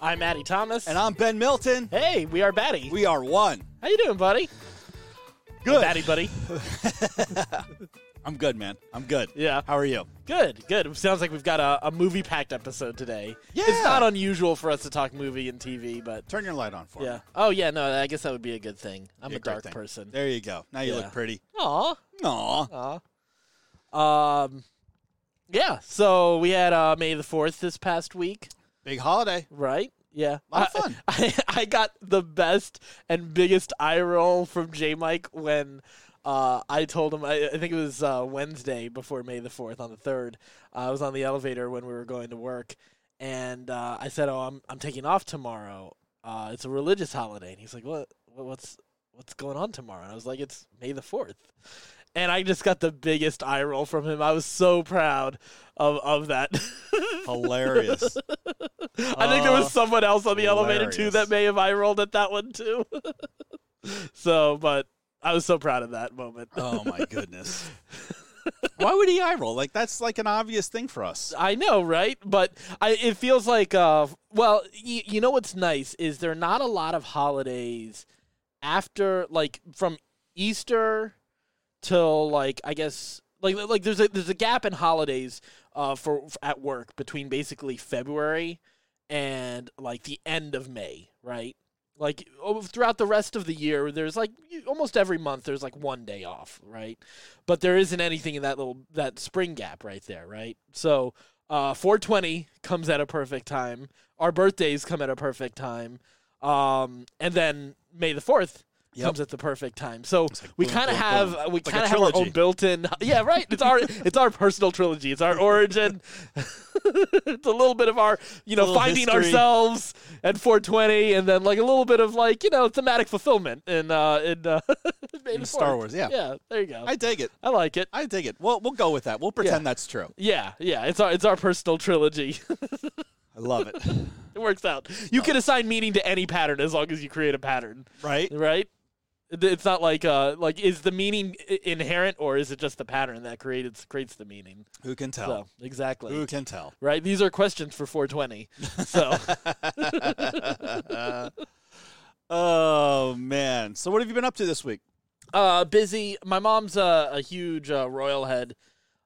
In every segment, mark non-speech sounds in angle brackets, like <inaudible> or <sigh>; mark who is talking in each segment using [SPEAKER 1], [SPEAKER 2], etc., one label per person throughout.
[SPEAKER 1] I'm Maddie Thomas.
[SPEAKER 2] And I'm Ben Milton.
[SPEAKER 1] hey, we are Batty.
[SPEAKER 2] We are one.
[SPEAKER 1] How you doing, buddy?
[SPEAKER 2] Good.
[SPEAKER 1] Batty buddy.
[SPEAKER 2] I'm good, man. I'm good.
[SPEAKER 1] Yeah.
[SPEAKER 2] How are you?
[SPEAKER 1] Good, good. Sounds like we've got a, a movie packed episode today.
[SPEAKER 2] Yeah.
[SPEAKER 1] It's not unusual for us to talk movie and TV, but
[SPEAKER 2] Turn your light on for
[SPEAKER 1] yeah.
[SPEAKER 2] me.
[SPEAKER 1] Oh yeah, no, I guess that would be a good thing. I'm
[SPEAKER 2] Be
[SPEAKER 1] a
[SPEAKER 2] great
[SPEAKER 1] dark
[SPEAKER 2] thing.
[SPEAKER 1] person.
[SPEAKER 2] There you go. Now you
[SPEAKER 1] Yeah.
[SPEAKER 2] look pretty.
[SPEAKER 1] Aw.
[SPEAKER 2] Aw.
[SPEAKER 1] Aw. Um Yeah. So we had uh May the fourth this past week,
[SPEAKER 2] Big
[SPEAKER 1] <laughs>
[SPEAKER 2] holiday.
[SPEAKER 1] right? Yeah.
[SPEAKER 2] Lot of
[SPEAKER 1] I-
[SPEAKER 2] fun.
[SPEAKER 1] <laughs> I, I got the best and biggest eye roll from J Mike when uh, I told him, I, I think it was uh, Wednesday before May the 4th on the 3rd. Uh, I was on the elevator when we were going to work, and uh, I said, Oh, I'm, I'm taking off tomorrow. Uh, it's a religious holiday. And he's like, what, what, What's what's going on tomorrow? And I was like, It's May the 4th. And I just got the biggest eye roll from him. I was so proud of, of that. <laughs>
[SPEAKER 2] Hilarious.
[SPEAKER 1] I think there
[SPEAKER 2] Uh,
[SPEAKER 1] was someone else on the elevator too
[SPEAKER 2] hilarious.
[SPEAKER 1] that may have eye rolled at that one too. <laughs> so, but I was so proud of that moment.
[SPEAKER 2] oh my
[SPEAKER 1] <laughs>
[SPEAKER 2] goodness. Why would he eye roll? Like that's like an obvious thing for us.
[SPEAKER 1] I know, right? But I, it feels like, uh, well, y- you know what's nice is there are not a lot of holidays after, like, from Easter till, like, I guess, like, like there's a there's a gap in holidays uh, for at work between basically February and like the end of May, right? Like oh, throughout the rest of the year, there's like you- almost every month there's like one day off, right? But there isn't anything in that little that spring gap right there, right? So uh, 420 comes at a perfect time. Our birthdays come at a perfect time, um, and then May the Fourth
[SPEAKER 2] Yep.
[SPEAKER 1] comes at the perfect time. So
[SPEAKER 2] like
[SPEAKER 1] we
[SPEAKER 2] boom,
[SPEAKER 1] kind of
[SPEAKER 2] boom,
[SPEAKER 1] have
[SPEAKER 2] boom.
[SPEAKER 1] we
[SPEAKER 2] It's like a
[SPEAKER 1] kind of have our
[SPEAKER 2] trilogy.
[SPEAKER 1] own built-in. <laughs> Yeah, right. It's our it's our personal trilogy. It's our
[SPEAKER 2] <laughs>
[SPEAKER 1] origin. it's a little bit of our you know
[SPEAKER 2] little
[SPEAKER 1] finding
[SPEAKER 2] history.
[SPEAKER 1] ourselves at 420, and then like a little bit of like you know thematic fulfillment in uh, in, uh, <laughs> May the
[SPEAKER 2] Star
[SPEAKER 1] 4th.
[SPEAKER 2] Wars, yeah.
[SPEAKER 1] yeah. There you go.
[SPEAKER 2] I dig it.
[SPEAKER 1] I like it.
[SPEAKER 2] I dig it. Well, we'll go with that. We'll pretend that's true.
[SPEAKER 1] Yeah, yeah. It's our it's our personal trilogy. <laughs>
[SPEAKER 2] I love it.
[SPEAKER 1] it works out. You can assign meaning to any pattern as long as you create a pattern,
[SPEAKER 2] right?
[SPEAKER 1] right? It- It's not like uh like is the meaning i- inherent or is it just the pattern that creates creates the meaning?
[SPEAKER 2] Who can tell?
[SPEAKER 1] So exactly.
[SPEAKER 2] Who can tell? <laughs>
[SPEAKER 1] Right? These are questions for 420. So
[SPEAKER 2] Oh man. So what have you been up to this week?
[SPEAKER 1] uh busy. My mom's uh, a huge uh, royal head.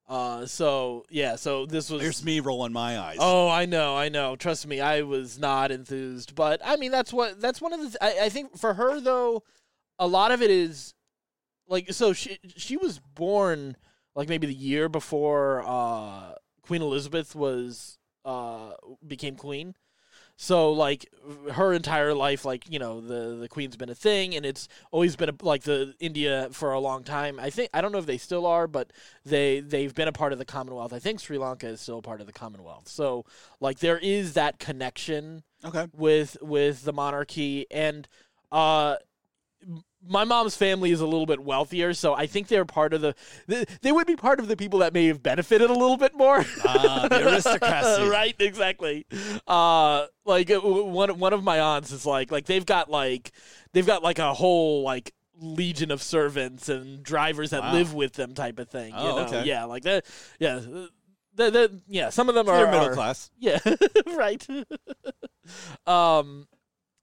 [SPEAKER 1] Uh so yeah, so this was
[SPEAKER 2] There's me rolling my eyes.
[SPEAKER 1] Oh, I know, I know. Trust me, I was not enthused, but I mean, that's what that's one of the. I, I think for her though, a lot of it is like so she she was born like maybe the year before uh, Queen Elizabeth was uh, became queen. So like her entire life, like you know, the the queen's been a thing, and it's always been a, like the India for a long time. I think I don't know if they still are, but they they've been a part of the Commonwealth. I think Sri Lanka is still a part of the Commonwealth. So like there is that connection
[SPEAKER 2] Okay.
[SPEAKER 1] with with the monarchy and uh m- my mom's family is a little bit wealthier so i think they're part of the they, they would be part of the people that may have benefited a little bit more <laughs>
[SPEAKER 2] Ah, the aristocracy.
[SPEAKER 1] Uh, right exactly uh like uh, w- one one of my aunts is like like they've got like they've got like a whole like legion of servants and drivers that
[SPEAKER 2] Wow.
[SPEAKER 1] live with them type of thing
[SPEAKER 2] Oh,
[SPEAKER 1] you know
[SPEAKER 2] okay.
[SPEAKER 1] yeah like that yeah the, the, yeah some of them are
[SPEAKER 2] They're middle
[SPEAKER 1] are-
[SPEAKER 2] class.
[SPEAKER 1] yeah, <laughs> right. um,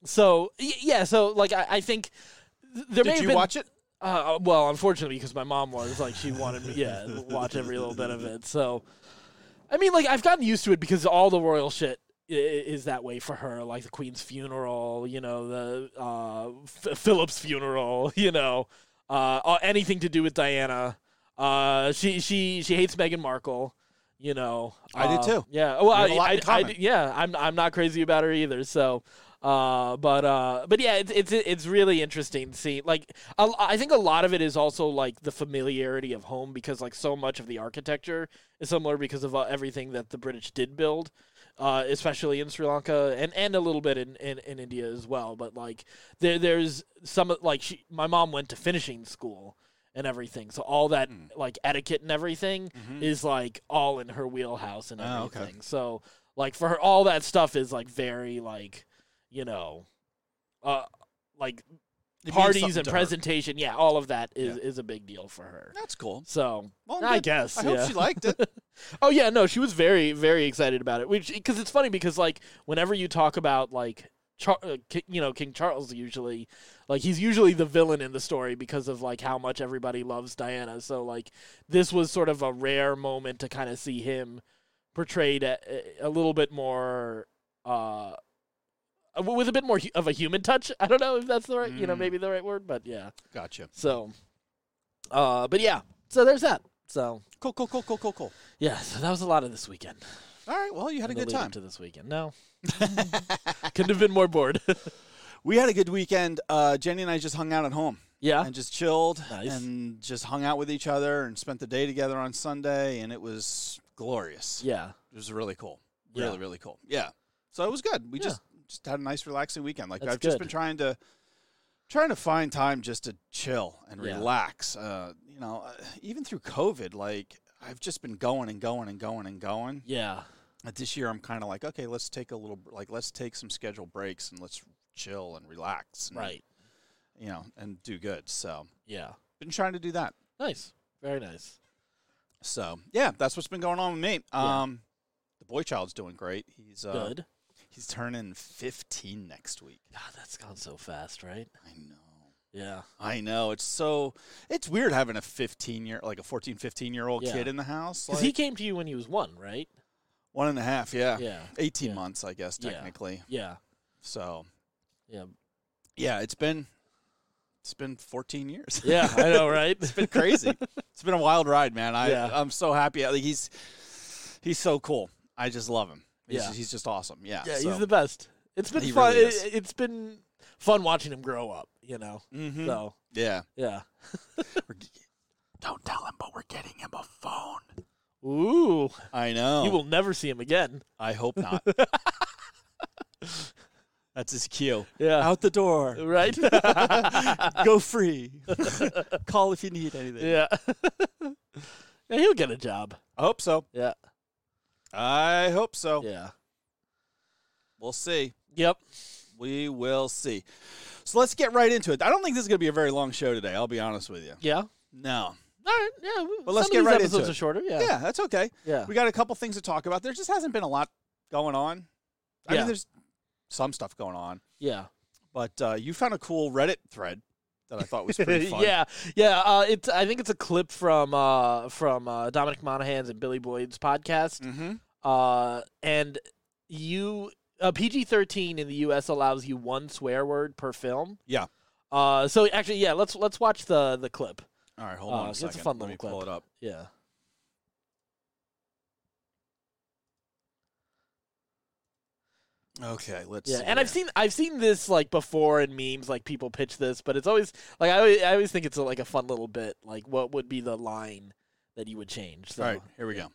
[SPEAKER 1] so y- yeah, so like I, I think th- there may
[SPEAKER 2] Did
[SPEAKER 1] have
[SPEAKER 2] you
[SPEAKER 1] been,
[SPEAKER 2] watch it?
[SPEAKER 1] Uh, well, unfortunately, because my mom was like she wanted me, yeah, <laughs> to watch every little bit of it. So, I mean, like I've gotten used to it because all the royal shit i- i- is that way for her, like the Queen's funeral, you know, the uh, F- Philip's funeral, <laughs> you know, uh, uh, anything to do with Diana. Uh, she she she hates Meghan Markle. You know,
[SPEAKER 2] I do
[SPEAKER 1] Uh,
[SPEAKER 2] too.
[SPEAKER 1] Yeah, well,
[SPEAKER 2] We have a lot
[SPEAKER 1] I, I, I
[SPEAKER 2] in common.
[SPEAKER 1] do- yeah, I'm I'm not crazy about her either. So, uh, but uh, but yeah, it's it's it's really interesting to see. Like, a, I think a lot of it is also like the familiarity of home because like so much of the architecture is similar because of uh, everything that the British did build, uh, especially in Sri Lanka and, and a little bit in, in, in India as well. But like there there's some of- like she, my mom went to finishing school and everything, so all that
[SPEAKER 2] Hmm. Mm.
[SPEAKER 1] Mm-hmm. like etiquette and everything is like all in her wheelhouse and
[SPEAKER 2] Ah, Mm-hmm. okay.
[SPEAKER 1] everything. So like for her, all that stuff is like very like you know, uh, like
[SPEAKER 2] means
[SPEAKER 1] parties
[SPEAKER 2] something
[SPEAKER 1] and
[SPEAKER 2] to her.
[SPEAKER 1] presentation. Yeah, all of that is, is a big deal for her.
[SPEAKER 2] That's cool.
[SPEAKER 1] So
[SPEAKER 2] Well,
[SPEAKER 1] I
[SPEAKER 2] good.
[SPEAKER 1] guess.
[SPEAKER 2] I
[SPEAKER 1] yeah.
[SPEAKER 2] hope she
[SPEAKER 1] <laughs>
[SPEAKER 2] liked it.
[SPEAKER 1] Oh yeah, no, she was very very excited about it. Which because it's funny because like whenever you talk about like Char- uh, Ki- you know King Charles usually like he's usually the villain in the story because of like how much everybody loves Diana. So like this was sort of a rare moment to kind of see him portrayed a, a little bit more uh w- with a bit more hu- of a human touch. I don't know if that's the right, you know,
[SPEAKER 2] Mm.
[SPEAKER 1] maybe the right word, but yeah.
[SPEAKER 2] Gotcha.
[SPEAKER 1] So uh but yeah. So there's that. So
[SPEAKER 2] Cool, cool, cool, cool, cool, cool.
[SPEAKER 1] yeah, so that was a lot of this weekend
[SPEAKER 2] All right. Well, you had a
[SPEAKER 1] in the
[SPEAKER 2] good
[SPEAKER 1] lead up
[SPEAKER 2] time.
[SPEAKER 1] to this weekend.
[SPEAKER 2] <laughs>
[SPEAKER 1] No, couldn't have been more bored. <laughs>
[SPEAKER 2] We had a good weekend. Uh, Jenny and I just hung out at home
[SPEAKER 1] yeah,
[SPEAKER 2] and just chilled
[SPEAKER 1] Nice.
[SPEAKER 2] and just hung out with each other and spent the day together on Sunday, and it was glorious.
[SPEAKER 1] yeah,
[SPEAKER 2] It was really cool.
[SPEAKER 1] Yeah.
[SPEAKER 2] Really, really cool. Yeah. So it was good. We
[SPEAKER 1] Yeah.
[SPEAKER 2] just just had a nice relaxing weekend. Like
[SPEAKER 1] That's
[SPEAKER 2] I've just
[SPEAKER 1] good.
[SPEAKER 2] been trying to trying to find time just to chill and
[SPEAKER 1] Yeah.
[SPEAKER 2] relax. Uh, you know, uh, even through COVID, like I've just been going and going and going and going.
[SPEAKER 1] yeah,
[SPEAKER 2] But this year I'm kind of like, okay, let's take a little like let's take some scheduled breaks and let's chill and relax. And,
[SPEAKER 1] right,
[SPEAKER 2] You know, and do good. So
[SPEAKER 1] yeah,
[SPEAKER 2] been trying to do that.
[SPEAKER 1] nice, very nice.
[SPEAKER 2] So yeah, that's what's been going on with me.
[SPEAKER 1] Yeah.
[SPEAKER 2] Um, the boy child's doing great. He's uh,
[SPEAKER 1] Good.
[SPEAKER 2] He's turning 15 next week.
[SPEAKER 1] God, that's gone so fast, right?
[SPEAKER 2] I know.
[SPEAKER 1] Yeah,
[SPEAKER 2] I know. It's so it's weird having a 15 year like a 14 15 year old
[SPEAKER 1] Yeah.
[SPEAKER 2] kid in the house.
[SPEAKER 1] because
[SPEAKER 2] Like
[SPEAKER 1] he came to you when he was one, right?
[SPEAKER 2] one and a half, yeah.
[SPEAKER 1] Yeah,
[SPEAKER 2] 18
[SPEAKER 1] yeah.
[SPEAKER 2] months, I guess
[SPEAKER 1] Yeah.
[SPEAKER 2] technically.
[SPEAKER 1] yeah,
[SPEAKER 2] So,
[SPEAKER 1] yeah,
[SPEAKER 2] yeah, it's been it's been 14 years.
[SPEAKER 1] yeah. I know, right?
[SPEAKER 2] <laughs> it's been crazy. <laughs> it's been a wild ride, man. I
[SPEAKER 1] Yeah.
[SPEAKER 2] I'm so happy. Like he's he's so cool. I just love him. He's,
[SPEAKER 1] Yeah.
[SPEAKER 2] he's just awesome. Yeah.
[SPEAKER 1] <laughs> yeah,
[SPEAKER 2] so-
[SPEAKER 1] he's the best. It's been
[SPEAKER 2] He
[SPEAKER 1] fun.
[SPEAKER 2] really is.
[SPEAKER 1] it, it's been fun watching him grow up. You know,
[SPEAKER 2] Mhm.
[SPEAKER 1] so
[SPEAKER 2] Yeah.
[SPEAKER 1] yeah.
[SPEAKER 2] We're g- Don't tell him, but we're getting him a phone.
[SPEAKER 1] Ooh,
[SPEAKER 2] I know.
[SPEAKER 1] you will never see him again.
[SPEAKER 2] I hope <laughs> not. That's his cue.
[SPEAKER 1] Yeah,
[SPEAKER 2] Out the door.
[SPEAKER 1] right.
[SPEAKER 2] <laughs> Go free. <laughs> Call if you need
[SPEAKER 1] <laughs>
[SPEAKER 2] anything.
[SPEAKER 1] yeah. yeah, he'll get a job.
[SPEAKER 2] I hope so.
[SPEAKER 1] Yeah.
[SPEAKER 2] I hope so.
[SPEAKER 1] Yeah.
[SPEAKER 2] We'll see.
[SPEAKER 1] Yep.
[SPEAKER 2] We will see. So let's get right into it. I don't think this is going to be a very long show today. I'll be honest with you.
[SPEAKER 1] Yeah. All
[SPEAKER 2] No.
[SPEAKER 1] right. Yeah. we-
[SPEAKER 2] Well, let's
[SPEAKER 1] some
[SPEAKER 2] get
[SPEAKER 1] of these
[SPEAKER 2] right
[SPEAKER 1] episodes
[SPEAKER 2] into it.
[SPEAKER 1] are shorter. Yeah.
[SPEAKER 2] Yeah, that's okay.
[SPEAKER 1] Yeah.
[SPEAKER 2] We got a couple things to talk about. There just hasn't been a lot going on. I
[SPEAKER 1] Yeah.
[SPEAKER 2] mean, there's some stuff going on,
[SPEAKER 1] Yeah.
[SPEAKER 2] but uh, you found a cool Reddit thread that I thought was <laughs> pretty
[SPEAKER 1] <laughs>
[SPEAKER 2] fun.
[SPEAKER 1] yeah. Yeah. Uh, it's. I think it's a clip from uh, from uh, Dominic Monaghan's and Billy Boyd's podcast.
[SPEAKER 2] Mm-hmm.
[SPEAKER 1] Uh, and you uh, PG thirteen in the U.S. allows you one swear word per film.
[SPEAKER 2] Yeah.
[SPEAKER 1] Uh, so actually, yeah. Let's let's watch the the clip.
[SPEAKER 2] All right, hold
[SPEAKER 1] Uh,
[SPEAKER 2] on a
[SPEAKER 1] it's a
[SPEAKER 2] second.
[SPEAKER 1] fun
[SPEAKER 2] Let
[SPEAKER 1] little
[SPEAKER 2] me pull
[SPEAKER 1] clip.
[SPEAKER 2] it up.
[SPEAKER 1] Yeah.
[SPEAKER 2] Okay, let's.
[SPEAKER 1] Yeah,
[SPEAKER 2] see
[SPEAKER 1] and
[SPEAKER 2] here.
[SPEAKER 1] I've seen I've seen this like before in memes, like people pitch this, but it's always like I always, I always think it's a, like a fun little bit, like what would be the line that you would change? So,
[SPEAKER 2] All right, here we go.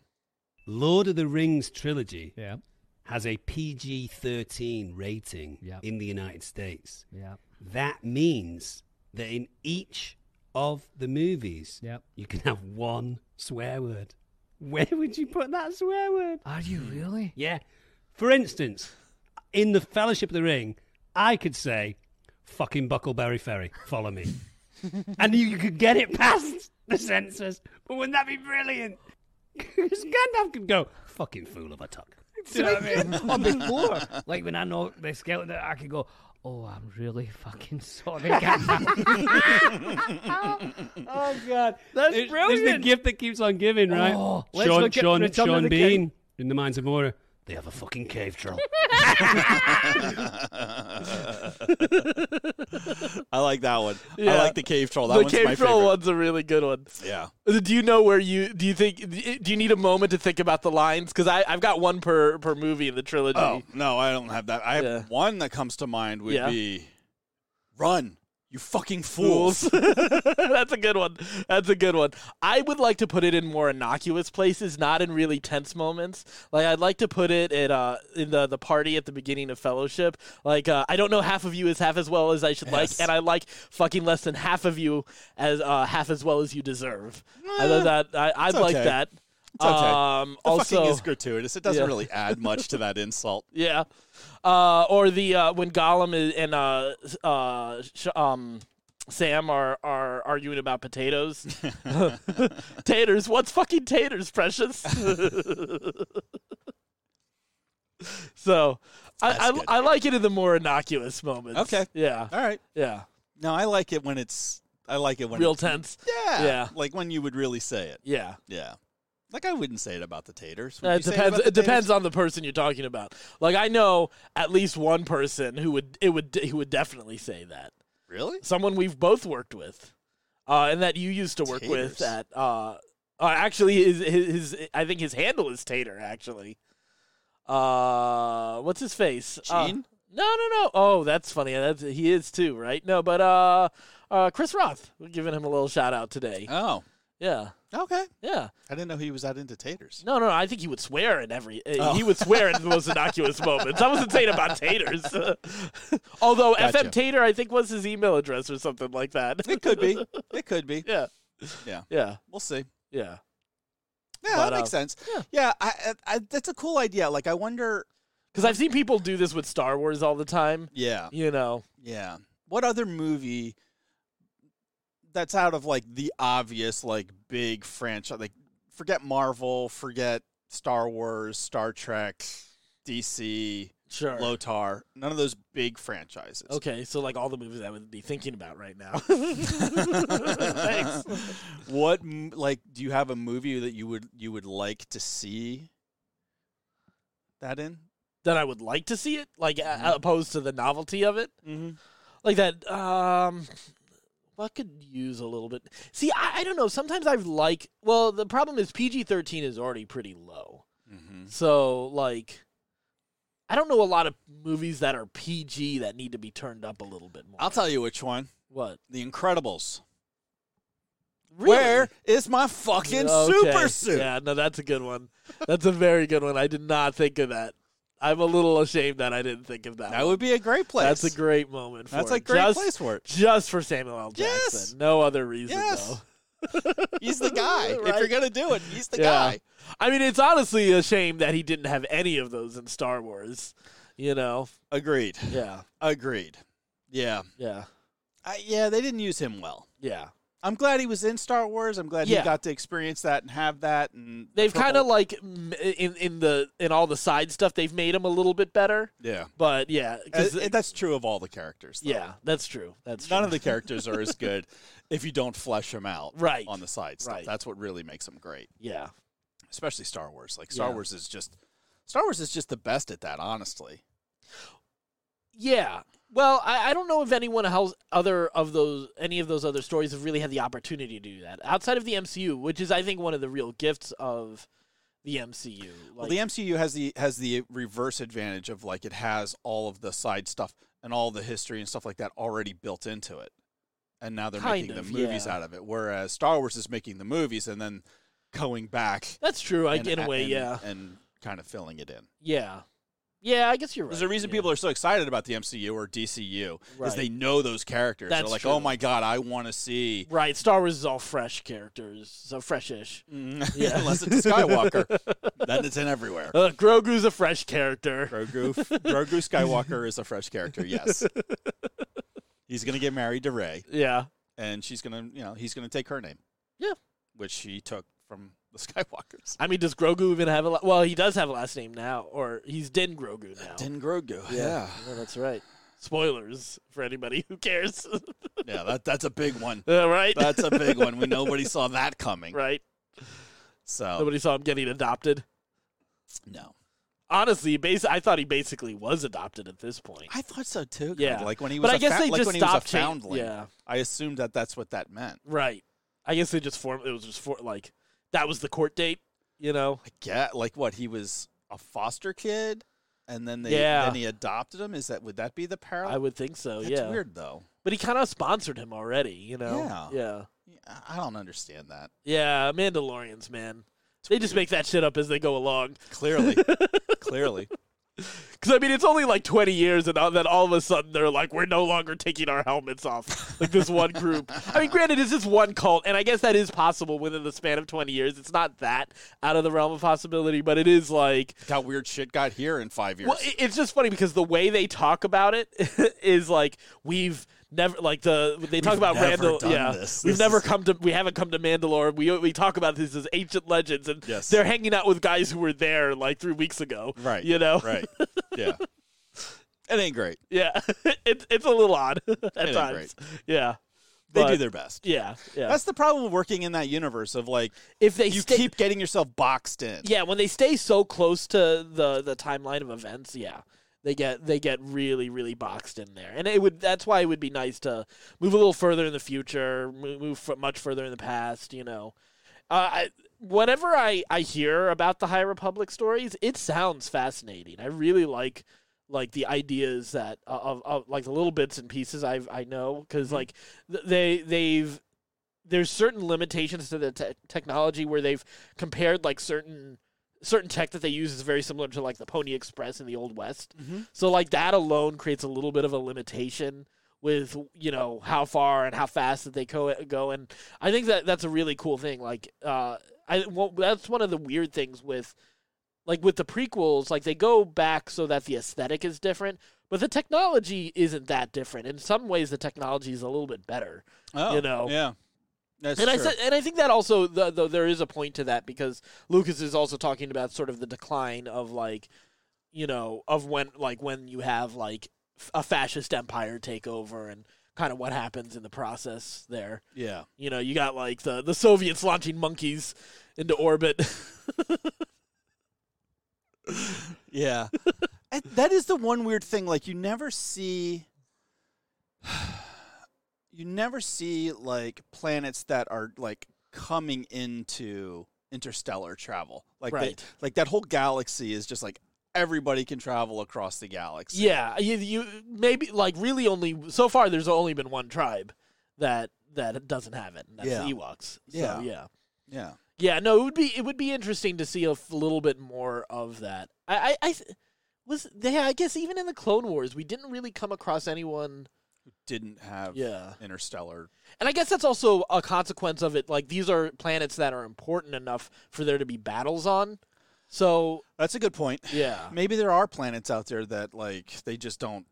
[SPEAKER 3] Lord of the Rings trilogy
[SPEAKER 4] Yeah,
[SPEAKER 3] has a PG 13 rating
[SPEAKER 4] Yep.
[SPEAKER 3] in the United States.
[SPEAKER 4] yeah,
[SPEAKER 3] That means that in each of the movies,
[SPEAKER 4] Yep.
[SPEAKER 3] you can have one swear word. Where would you put that swear word?
[SPEAKER 4] Are you really?
[SPEAKER 3] Yeah. For instance, in The Fellowship of the Ring, I could say, fucking Buckleberry Ferry, follow <laughs> me. and you could get it past the censors. But wouldn't that be brilliant? <laughs> Because Gandalf could go, fucking fool of a tuck. <laughs> Do you know what I mean?
[SPEAKER 4] <laughs> Or before, like when I know the skeleton, I could go, "Oh, I'm really fucking <laughs> sorry." Gandalf."
[SPEAKER 3] Oh, God. It's-
[SPEAKER 4] That's
[SPEAKER 3] It's the
[SPEAKER 4] brilliant.
[SPEAKER 3] gift that keeps on giving, right?
[SPEAKER 4] Oh, let's
[SPEAKER 3] Sean,
[SPEAKER 4] look at
[SPEAKER 3] Sean,
[SPEAKER 4] Return of
[SPEAKER 3] Sean
[SPEAKER 4] the
[SPEAKER 3] Bean in The Minds of Moira. They have a fucking cave troll.
[SPEAKER 2] <laughs> I like that one. I
[SPEAKER 1] Yeah.
[SPEAKER 2] like the cave troll. That
[SPEAKER 1] the
[SPEAKER 2] one's my
[SPEAKER 1] cave troll
[SPEAKER 2] favorite.
[SPEAKER 1] one's a really good one.
[SPEAKER 2] Yeah.
[SPEAKER 1] Do you know where you do you think do you need a moment to think about the lines? Because I I've got one per per movie in the trilogy.
[SPEAKER 2] Oh no, I don't have that. I have
[SPEAKER 1] Yeah.
[SPEAKER 2] one that comes to mind would
[SPEAKER 1] Yeah.
[SPEAKER 2] be, "Run, you fucking fools!" <laughs>
[SPEAKER 1] Fools. <laughs> That's a good one. That's a good one. I would like to put it in more innocuous places, not in really tense moments. Like I'd like to put it at uh in the the party at the beginning of fellowship. Like uh, I don't know half of you as half as well as I should
[SPEAKER 2] Yes.
[SPEAKER 1] like, and I like fucking less than half of you as uh, half as well as you deserve. I love that. I, I'd like
[SPEAKER 2] Eh, okay.
[SPEAKER 1] that.
[SPEAKER 2] okay.
[SPEAKER 1] Um,
[SPEAKER 2] The
[SPEAKER 1] also,
[SPEAKER 2] fucking is gratuitous. It doesn't
[SPEAKER 1] Yeah.
[SPEAKER 2] really add much to that
[SPEAKER 1] <laughs>
[SPEAKER 2] insult.
[SPEAKER 1] yeah. Uh, or the uh, when Gollum is, and uh, s- uh, sh- um, Sam are are arguing about
[SPEAKER 2] <laughs>
[SPEAKER 1] potatoes. <laughs> taters, what's fucking taters, precious? <laughs> so,
[SPEAKER 2] That's
[SPEAKER 1] I,
[SPEAKER 2] good.
[SPEAKER 1] I I like it in the more innocuous moments.
[SPEAKER 2] Okay.
[SPEAKER 1] Yeah.
[SPEAKER 2] All right.
[SPEAKER 1] Yeah.
[SPEAKER 2] No, I like it when it's. I like it when
[SPEAKER 1] Real
[SPEAKER 2] it's, <laughs>
[SPEAKER 1] tense.
[SPEAKER 2] Yeah.
[SPEAKER 1] Yeah.
[SPEAKER 2] Like when you would really say it.
[SPEAKER 1] Yeah.
[SPEAKER 2] Yeah. Like I wouldn't say it about the taters. Would
[SPEAKER 1] Uh,
[SPEAKER 2] you
[SPEAKER 1] it
[SPEAKER 2] say
[SPEAKER 1] depends.
[SPEAKER 2] about the
[SPEAKER 1] It depends
[SPEAKER 2] taters?
[SPEAKER 1] on the person you're talking about. Like I know at least one person who would it would who would definitely say that.
[SPEAKER 2] Really?
[SPEAKER 1] Someone we've both worked with, uh, and that you used to work with
[SPEAKER 2] Taters.
[SPEAKER 1] at. Uh, uh, actually, his, his his I think his handle is Tater. Actually, uh, what's his face? Uh,
[SPEAKER 2] Gene?
[SPEAKER 1] no, no, no. Oh, that's funny. That's he is too, right? No, but uh, uh, Chris Roth. We're giving him a little shout out today.
[SPEAKER 2] Oh.
[SPEAKER 1] yeah,
[SPEAKER 2] Okay.
[SPEAKER 1] yeah.
[SPEAKER 2] I didn't know he was that into <laughs> taters.
[SPEAKER 1] No, no, I think he would swear in every. uh
[SPEAKER 2] Oh.
[SPEAKER 1] He would swear in the
[SPEAKER 2] <laughs>
[SPEAKER 1] most innocuous moments. I wasn't saying about taters. <laughs> Although
[SPEAKER 2] Gotcha.
[SPEAKER 1] FM Tater, I think, was his email address or something like that. <laughs>
[SPEAKER 2] It could be. It could be.
[SPEAKER 1] yeah.
[SPEAKER 2] Yeah.
[SPEAKER 1] Yeah.
[SPEAKER 2] We'll see.
[SPEAKER 1] Yeah.
[SPEAKER 2] Yeah,
[SPEAKER 1] But,
[SPEAKER 2] that makes
[SPEAKER 1] uh,
[SPEAKER 2] sense.
[SPEAKER 1] yeah.
[SPEAKER 2] Yeah, I, I, I, that's a cool idea. Like, I wonder.
[SPEAKER 1] Because I've seen people do this with Star Wars all the time.
[SPEAKER 2] Yeah,
[SPEAKER 1] You know.
[SPEAKER 2] yeah. What other movie that's out of like the obvious, like big franchise? Like, forget Marvel, forget Star Wars, Star Trek, DC,
[SPEAKER 1] Sure.
[SPEAKER 2] Lotar. None of those big franchises.
[SPEAKER 1] Okay, so like all the movies I would be thinking about right now. <laughs> Thanks.
[SPEAKER 2] <laughs> What m- like do you have a movie that you would you would like to see that in?
[SPEAKER 1] That I would like to see it, like a opposed to the novelty of it.
[SPEAKER 2] Mm-hmm.
[SPEAKER 1] like that um what could use a little bit see i, I don't know sometimes i've like well the problem is pg-13 is already pretty low
[SPEAKER 2] Mm-hmm.
[SPEAKER 1] so like i don't know a lot of movies that are pg that need to be turned up a little bit more
[SPEAKER 2] I'll tell you which one.
[SPEAKER 1] what
[SPEAKER 2] The Incredibles.
[SPEAKER 1] really?
[SPEAKER 2] Where is my fucking
[SPEAKER 1] Okay.
[SPEAKER 2] super suit?
[SPEAKER 1] yeah no that's a good one that's a very good one i did not think of that i'm a little ashamed that i didn't think of that,
[SPEAKER 2] That
[SPEAKER 1] one.
[SPEAKER 2] would be a great place.
[SPEAKER 1] that's a great moment for
[SPEAKER 2] That's
[SPEAKER 1] it.
[SPEAKER 2] a great
[SPEAKER 1] just,
[SPEAKER 2] place for
[SPEAKER 1] <laughs>
[SPEAKER 2] it.
[SPEAKER 1] just for samuel l jackson
[SPEAKER 2] Yes.
[SPEAKER 1] no other reason
[SPEAKER 2] Yes.
[SPEAKER 1] though
[SPEAKER 2] He's the guy. If
[SPEAKER 1] Right.
[SPEAKER 2] you're gonna do it, he's the
[SPEAKER 1] Yeah.
[SPEAKER 2] guy.
[SPEAKER 1] I mean, it's honestly a shame that he didn't have any of those in Star Wars. You know?
[SPEAKER 2] Agreed.
[SPEAKER 1] Yeah,
[SPEAKER 2] Agreed. Yeah.
[SPEAKER 1] yeah,
[SPEAKER 2] I, yeah. They didn't use him well.
[SPEAKER 1] yeah.
[SPEAKER 2] I'm glad he was in Star Wars. I'm glad
[SPEAKER 1] Yeah.
[SPEAKER 2] he got to experience that and have that. And the
[SPEAKER 1] They've kind of
[SPEAKER 2] purple-
[SPEAKER 1] like m- in in the in all the side stuff, they've made him a little bit better.
[SPEAKER 2] yeah.
[SPEAKER 1] But yeah, because
[SPEAKER 2] Uh, that's true of all the characters. though.
[SPEAKER 1] yeah, that's true. That's true.
[SPEAKER 2] None of the characters are as good if you don't flesh them out
[SPEAKER 1] Right.
[SPEAKER 2] on the side stuff.
[SPEAKER 1] Right.
[SPEAKER 2] That's what really makes them great.
[SPEAKER 1] yeah,
[SPEAKER 2] Especially Star Wars. Like Star
[SPEAKER 1] Yeah.
[SPEAKER 2] Wars is just Star Wars is just the best at that, honestly.
[SPEAKER 1] yeah. Well, I, I don't know if anyone else other of those any of those other stories have really had the opportunity to do that outside of the MCU, which is I think one of the real gifts of the MCU.
[SPEAKER 2] Well,
[SPEAKER 1] Like,
[SPEAKER 2] the MCU has the has the reverse advantage of like it has all of the side stuff and all the history and stuff like that already built into it, and now they're
[SPEAKER 1] Kind
[SPEAKER 2] making
[SPEAKER 1] of,
[SPEAKER 2] the movies
[SPEAKER 1] yeah.
[SPEAKER 2] out of it. Whereas Star Wars is making the movies and then going back,
[SPEAKER 1] that's true. I
[SPEAKER 2] and,
[SPEAKER 1] in a way,
[SPEAKER 2] and-
[SPEAKER 1] yeah,
[SPEAKER 2] and kind of filling it in.
[SPEAKER 1] yeah, yeah. I guess you're right.
[SPEAKER 2] There's a reason
[SPEAKER 1] yeah.
[SPEAKER 2] people are so excited about the MCU or DCU
[SPEAKER 1] Right.
[SPEAKER 2] is they know those characters.
[SPEAKER 1] That's
[SPEAKER 2] they're like,
[SPEAKER 1] true.
[SPEAKER 2] oh my god, I want to see. <laughs>
[SPEAKER 1] Right, Star Wars is all fresh characters, so freshish. Yeah.
[SPEAKER 2] Unless it's
[SPEAKER 1] <laughs>
[SPEAKER 2] Skywalker, then it's in everywhere.
[SPEAKER 1] Uh, Grogu's a fresh character. <laughs>
[SPEAKER 2] Grogu, Grogu Skywalker is a fresh character. Yes, he's gonna get married to Ray,
[SPEAKER 1] Yeah,
[SPEAKER 2] and she's gonna, you know, he's gonna take her name.
[SPEAKER 1] Yeah.
[SPEAKER 2] which he took from the <laughs> Skywalkers.
[SPEAKER 1] I mean, does Grogu even have a? La- well, he does have a last name now, or he's Din Grogu now.
[SPEAKER 2] Din Grogu.
[SPEAKER 1] yeah, yeah, that's right. Spoilers for anybody who cares. <laughs> Uh,
[SPEAKER 2] yeah, that, that's a big
[SPEAKER 1] <laughs>
[SPEAKER 2] one.
[SPEAKER 1] right,
[SPEAKER 2] That's a big one. We nobody saw that coming.
[SPEAKER 1] right.
[SPEAKER 2] So
[SPEAKER 1] Nobody saw him getting adopted.
[SPEAKER 2] no,
[SPEAKER 1] Honestly, bas- I thought he basically was adopted at this point.
[SPEAKER 2] I thought so too. God.
[SPEAKER 1] Yeah.
[SPEAKER 2] like when he was,
[SPEAKER 1] But
[SPEAKER 2] a
[SPEAKER 1] I guess
[SPEAKER 2] fa-
[SPEAKER 1] they
[SPEAKER 2] like
[SPEAKER 1] just
[SPEAKER 2] when he was a
[SPEAKER 1] stopped. cha-
[SPEAKER 2] foundling.
[SPEAKER 1] yeah,
[SPEAKER 2] I assumed that that's what that meant.
[SPEAKER 1] right. I guess they just formed. It was just for like that was the court date. You know.
[SPEAKER 2] I get like what he was a foster kid, and then they
[SPEAKER 1] Yeah.
[SPEAKER 2] then he adopted him. Is that would that be the parallel?
[SPEAKER 1] I would think so.
[SPEAKER 2] That's
[SPEAKER 1] yeah.
[SPEAKER 2] weird though.
[SPEAKER 1] But he kind of sponsored him already, you know?
[SPEAKER 2] Yeah.
[SPEAKER 1] Yeah.
[SPEAKER 2] I- I don't understand that.
[SPEAKER 1] Yeah, Mandalorians, man. They just make that shit up as they go along. <laughs>
[SPEAKER 2] Clearly, clearly.
[SPEAKER 1] Because, I mean, it's only like 20 years, and all, then all of a sudden they're like, we're no longer taking our helmets off. Like this one group. I mean, granted, it's just one cult, and I guess that is possible within the span of 20 years. It's not that out of the realm of possibility, but it is like
[SPEAKER 2] Got weird shit got here in five
[SPEAKER 1] <laughs>
[SPEAKER 2] years.
[SPEAKER 1] Well, it- it's just funny because the way they talk about it is like we've never like the they talk
[SPEAKER 2] We've
[SPEAKER 1] about
[SPEAKER 2] never
[SPEAKER 1] Randall.
[SPEAKER 2] done
[SPEAKER 1] yeah,
[SPEAKER 2] this.
[SPEAKER 1] we've
[SPEAKER 2] This
[SPEAKER 1] never
[SPEAKER 2] is-
[SPEAKER 1] come to we haven't come to Mandalore. We we talk about this as ancient legends, and
[SPEAKER 2] Yes.
[SPEAKER 1] they're hanging out with guys who were there like three weeks ago.
[SPEAKER 2] Right.
[SPEAKER 1] You know.
[SPEAKER 2] Right.
[SPEAKER 1] <laughs>
[SPEAKER 2] Yeah. It ain't great.
[SPEAKER 1] Yeah. <laughs> it's it's a little odd <laughs> at
[SPEAKER 2] ain't
[SPEAKER 1] times. Yeah.
[SPEAKER 2] They
[SPEAKER 1] But-
[SPEAKER 2] do their best.
[SPEAKER 1] Yeah. Yeah.
[SPEAKER 2] That's the problem with working in that universe of like
[SPEAKER 1] if they
[SPEAKER 2] you
[SPEAKER 1] stay,
[SPEAKER 2] keep getting yourself boxed in.
[SPEAKER 1] yeah, when they stay so close to the the timeline of events, yeah. They get they get really really boxed in there, and it would that's why it would be nice to move a little further in the future, move, move f- much further in the past. You know, uh, I, whenever I I hear about the High Republic stories, it sounds fascinating. I really like like the ideas that uh, of, of like the little bits and pieces I I know because like th- they they've there's certain limitations to the te- technology where they've compared like certain certain tech that they use is very similar to like the Pony Express in the Old West.
[SPEAKER 2] Mhm.
[SPEAKER 1] So like that alone creates a little bit of a limitation with you know how far and how fast that they co- go and I think that that's a really cool thing. Like uh I well, that's one of the weird things with like with the prequels like they go back so that the aesthetic is different but the technology isn't that different in some ways the technology is a little bit better
[SPEAKER 2] Oh,
[SPEAKER 1] You know.
[SPEAKER 2] Yeah. That's
[SPEAKER 1] and
[SPEAKER 2] true.
[SPEAKER 1] I said, and I think that also th though there is a point to that because Lucas is also talking about sort of the decline of like, you know, of when like when you have like f- a fascist empire take over and kind of what happens in the process there.
[SPEAKER 2] yeah.
[SPEAKER 1] You know, you got like the the Soviets launching monkeys into
[SPEAKER 2] <laughs>
[SPEAKER 1] orbit.
[SPEAKER 2] Yeah. <laughs> And that is the one weird thing. Like you never see <sighs> you never see like planets that are like coming into interstellar travel. Like they- <laughs>
[SPEAKER 1] Right.
[SPEAKER 2] like that whole galaxy is just like everybody can travel across the galaxy.
[SPEAKER 1] yeah, you, you maybe like really only so far there's only been one tribe that that doesn't have it. And that's
[SPEAKER 2] Yeah.
[SPEAKER 1] the Ewoks. So,
[SPEAKER 2] Yeah.
[SPEAKER 1] yeah.
[SPEAKER 2] Yeah.
[SPEAKER 1] Yeah, no, it would be it would be interesting to see a f- little bit more of that. I, I, I th- was yeah, I guess even in the Clone Wars, we didn't really come across anyone.
[SPEAKER 2] Didn't have
[SPEAKER 1] Yeah,
[SPEAKER 2] interstellar.
[SPEAKER 1] and I guess that's also a consequence of it. Like these are planets that are important enough for there to be battles on. So
[SPEAKER 2] That's a good point.
[SPEAKER 1] yeah,
[SPEAKER 2] Maybe there are planets out there that like they just don't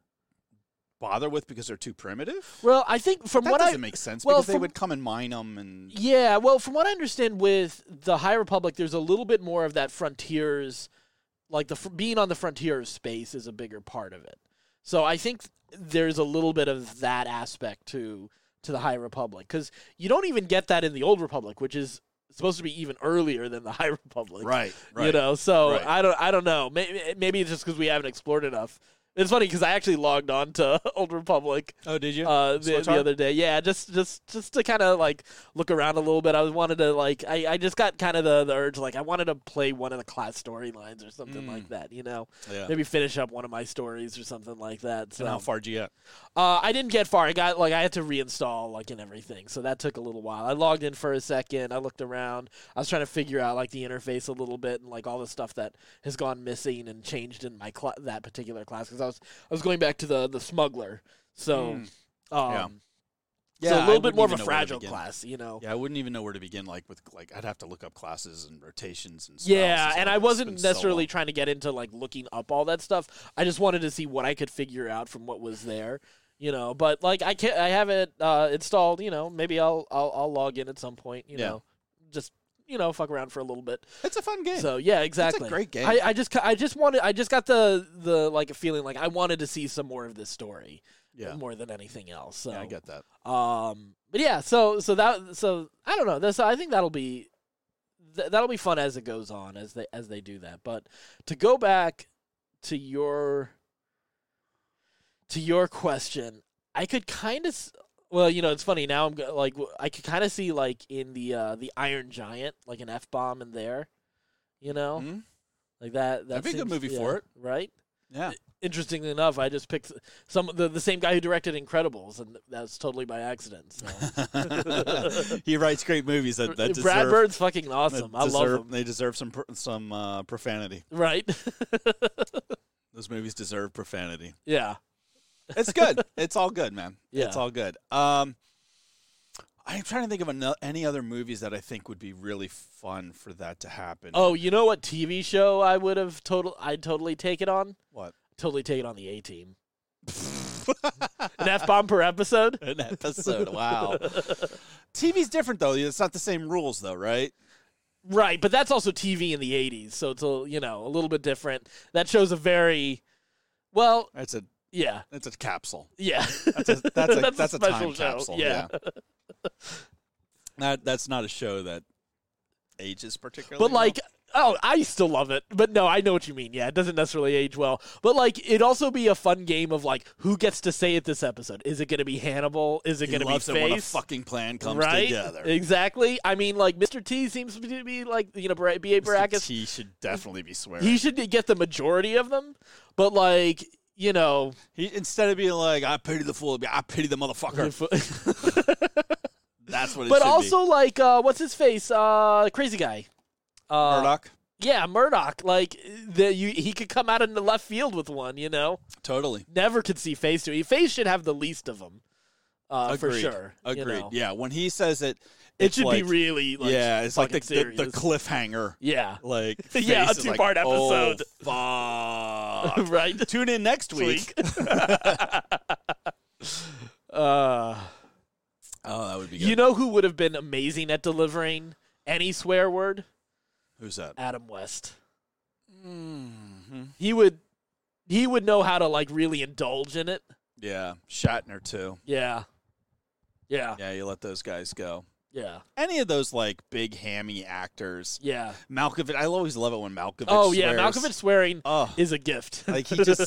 [SPEAKER 2] bother with because they're too primitive.
[SPEAKER 1] well, I think from
[SPEAKER 2] That
[SPEAKER 1] what
[SPEAKER 2] doesn't
[SPEAKER 1] I
[SPEAKER 2] make sense
[SPEAKER 1] well,
[SPEAKER 2] because they
[SPEAKER 1] from-
[SPEAKER 2] would come and mine them and
[SPEAKER 1] Yeah, well, from what I understand with the High Republic, there's a little bit more of that frontiers, like the fr- being on the frontier of space is a bigger part of it. So I think there's a little bit of that aspect to to the High Republic because you don't even get that in the Old Republic, which is supposed to be even earlier than the <laughs> High Republic.
[SPEAKER 2] right, right.
[SPEAKER 1] You know, so
[SPEAKER 2] right.
[SPEAKER 1] I don't, I don't know. Maybe, maybe it's just because we haven't explored enough. It's funny because I actually logged on to <laughs> Old Republic
[SPEAKER 2] Oh, did you?
[SPEAKER 1] uh, the, the
[SPEAKER 2] Slotar?
[SPEAKER 1] other day. Yeah, just just just to kind of like look around a little bit. I was wanted to like I, I just got kind of the, the urge like I wanted to play one of the class storylines or something like that. You know,
[SPEAKER 2] Mm. yeah.
[SPEAKER 1] maybe finish up one of my stories or something like that. So
[SPEAKER 2] And how far do you get?
[SPEAKER 1] uh, I didn't get far. I got like I had to reinstall like and everything, so that took a little while. I logged in for a second. I looked around. I was trying to figure out like the interface a little bit and like all the stuff that has gone missing and changed in my cla that particular class because I was I was going back to the the smuggler. So,
[SPEAKER 2] Mm.
[SPEAKER 1] um,
[SPEAKER 2] Yeah.
[SPEAKER 1] so a
[SPEAKER 2] I
[SPEAKER 1] little bit
[SPEAKER 2] wouldn't
[SPEAKER 1] more of a
[SPEAKER 2] even know where to
[SPEAKER 1] fragile
[SPEAKER 2] begin.
[SPEAKER 1] class, you know.
[SPEAKER 2] Yeah, I wouldn't even know where to begin. Like with like, I'd have to look up classes and rotations and. Spells
[SPEAKER 1] Yeah,
[SPEAKER 2] stuff.
[SPEAKER 1] and I
[SPEAKER 2] It's
[SPEAKER 1] wasn't
[SPEAKER 2] been so
[SPEAKER 1] necessarily
[SPEAKER 2] long.
[SPEAKER 1] trying to get into like looking up all that stuff. I just wanted to see what I could figure out from what was there, you know. But like I can't, I have it uh, installed. You know, maybe I'll, I'll I'll log in at some point. You
[SPEAKER 2] Yeah.
[SPEAKER 1] know, just you know fuck around for a little bit.
[SPEAKER 2] it's a fun game.
[SPEAKER 1] So yeah, exactly.
[SPEAKER 2] great game.
[SPEAKER 1] I, I just ca- I just wanted I just got the the like feeling like I wanted to see some more of this story
[SPEAKER 2] yeah.
[SPEAKER 1] more than anything else. So
[SPEAKER 2] yeah, I get that.
[SPEAKER 1] um, but yeah, so so that so I don't know. This I think that'll be th- that'll be fun as it goes on as they as they do that. But to go back to your to your question, I could kind of well, you know, it's funny now. I'm go- like w- I could kind of see like in the uh, the Iron Giant like an f bomb in there, you know,
[SPEAKER 2] Mhm.
[SPEAKER 1] like that. that
[SPEAKER 2] That'd be a good
[SPEAKER 1] seems-
[SPEAKER 2] movie
[SPEAKER 1] yeah,
[SPEAKER 2] for it.
[SPEAKER 1] right?
[SPEAKER 2] Yeah,
[SPEAKER 1] Interestingly enough, I just picked some the, the same guy who directed Incredibles, and that was totally by accident. So.
[SPEAKER 2] <laughs> he writes great movies that that deserve.
[SPEAKER 1] Brad Bird's fucking
[SPEAKER 2] that
[SPEAKER 1] awesome. I love
[SPEAKER 2] deserve-
[SPEAKER 1] him.
[SPEAKER 2] They deserve some pr- some uh, profanity.
[SPEAKER 1] Right? <laughs>
[SPEAKER 2] Those movies deserve profanity.
[SPEAKER 1] yeah.
[SPEAKER 2] It's good. it's all good, man.
[SPEAKER 1] Yeah.
[SPEAKER 2] It's all good. Um, I'm trying to think of ano- any other movies that I think would be really fun for that to happen.
[SPEAKER 1] Oh, you know what TV show I would have total I'd totally take it on?
[SPEAKER 2] What?
[SPEAKER 1] Totally take it on the A team.
[SPEAKER 2] <laughs>
[SPEAKER 1] An F bomb per episode?
[SPEAKER 2] an episode. Wow. TV's different though. It's not the same rules though, right?
[SPEAKER 1] Right, but that's also TV in the 80s, so it's a, you know, a little bit different. That shows a very well,
[SPEAKER 2] It's a
[SPEAKER 1] yeah.
[SPEAKER 2] it's a capsule.
[SPEAKER 1] Yeah.
[SPEAKER 2] That's a
[SPEAKER 1] <laughs>
[SPEAKER 2] that's a, that's a time
[SPEAKER 1] show,
[SPEAKER 2] capsule. That that's not a show that ages particularly.
[SPEAKER 1] But like oh, I still love it. But no, I know what you mean. Yeah, it doesn't necessarily age well. But like it'd also be a fun game of like who gets to say it this episode? Is it going to be Hannibal? Is it
[SPEAKER 2] well.
[SPEAKER 1] going to
[SPEAKER 2] he
[SPEAKER 1] be
[SPEAKER 2] loves it when a
[SPEAKER 1] Face?
[SPEAKER 2] fucking plan comes
[SPEAKER 1] right?
[SPEAKER 2] together.
[SPEAKER 1] Exactly. I mean like Mr. T seems to be like, you know, Bar- BA
[SPEAKER 2] Mr.
[SPEAKER 1] Baracus
[SPEAKER 2] T should definitely be swearing.
[SPEAKER 1] he should get the majority of them, but like you know,
[SPEAKER 2] He, instead of being like, "I pity the fool," it'd be, "I pity
[SPEAKER 1] <laughs>
[SPEAKER 2] the motherfucker." <laughs> That's what. It
[SPEAKER 1] but
[SPEAKER 2] should
[SPEAKER 1] also like uh, what's his face, uh, crazy guy,
[SPEAKER 2] be.
[SPEAKER 1] uh,
[SPEAKER 2] Murdoch,
[SPEAKER 1] Yeah, Murdoch. Like the, you, he could come out in the left field with one. You know,
[SPEAKER 2] totally
[SPEAKER 1] never could see face to. Face should have the least of them, uh,
[SPEAKER 2] agreed.
[SPEAKER 1] for sure. you
[SPEAKER 2] Agreed.
[SPEAKER 1] know.
[SPEAKER 2] Yeah, when he says it,
[SPEAKER 1] It
[SPEAKER 2] it's
[SPEAKER 1] should
[SPEAKER 2] like-
[SPEAKER 1] be really. Like,
[SPEAKER 2] yeah, it's like the,
[SPEAKER 1] fucking
[SPEAKER 2] the, the
[SPEAKER 1] serious.
[SPEAKER 2] cliffhanger.
[SPEAKER 1] yeah.
[SPEAKER 2] <laughs>
[SPEAKER 1] <laughs>
[SPEAKER 2] Like,
[SPEAKER 1] Yeah, a
[SPEAKER 2] face is like,
[SPEAKER 1] two-part
[SPEAKER 2] "Oh,
[SPEAKER 1] episode." <laughs>
[SPEAKER 2] fuck.
[SPEAKER 1] right.
[SPEAKER 2] Tune in next week. <laughs>
[SPEAKER 1] <laughs> Uh,
[SPEAKER 2] oh, that would be good.
[SPEAKER 1] you know who would have been amazing at delivering any swear word?
[SPEAKER 2] Who's that?
[SPEAKER 1] Adam West.
[SPEAKER 2] Mm-hmm.
[SPEAKER 1] He would. He would know how to like really indulge in it.
[SPEAKER 2] Yeah, Shatner too.
[SPEAKER 1] Yeah. Yeah.
[SPEAKER 2] Yeah, you let those guys go.
[SPEAKER 1] Yeah.
[SPEAKER 2] Any of those like big hammy actors,
[SPEAKER 1] Yeah.
[SPEAKER 2] Malkovich. I always love it when Malkovich.
[SPEAKER 1] Oh yeah,
[SPEAKER 2] swears.
[SPEAKER 1] Malkovich swearing <laughs>
[SPEAKER 2] Oh,
[SPEAKER 1] is a gift. <laughs>
[SPEAKER 2] Like he just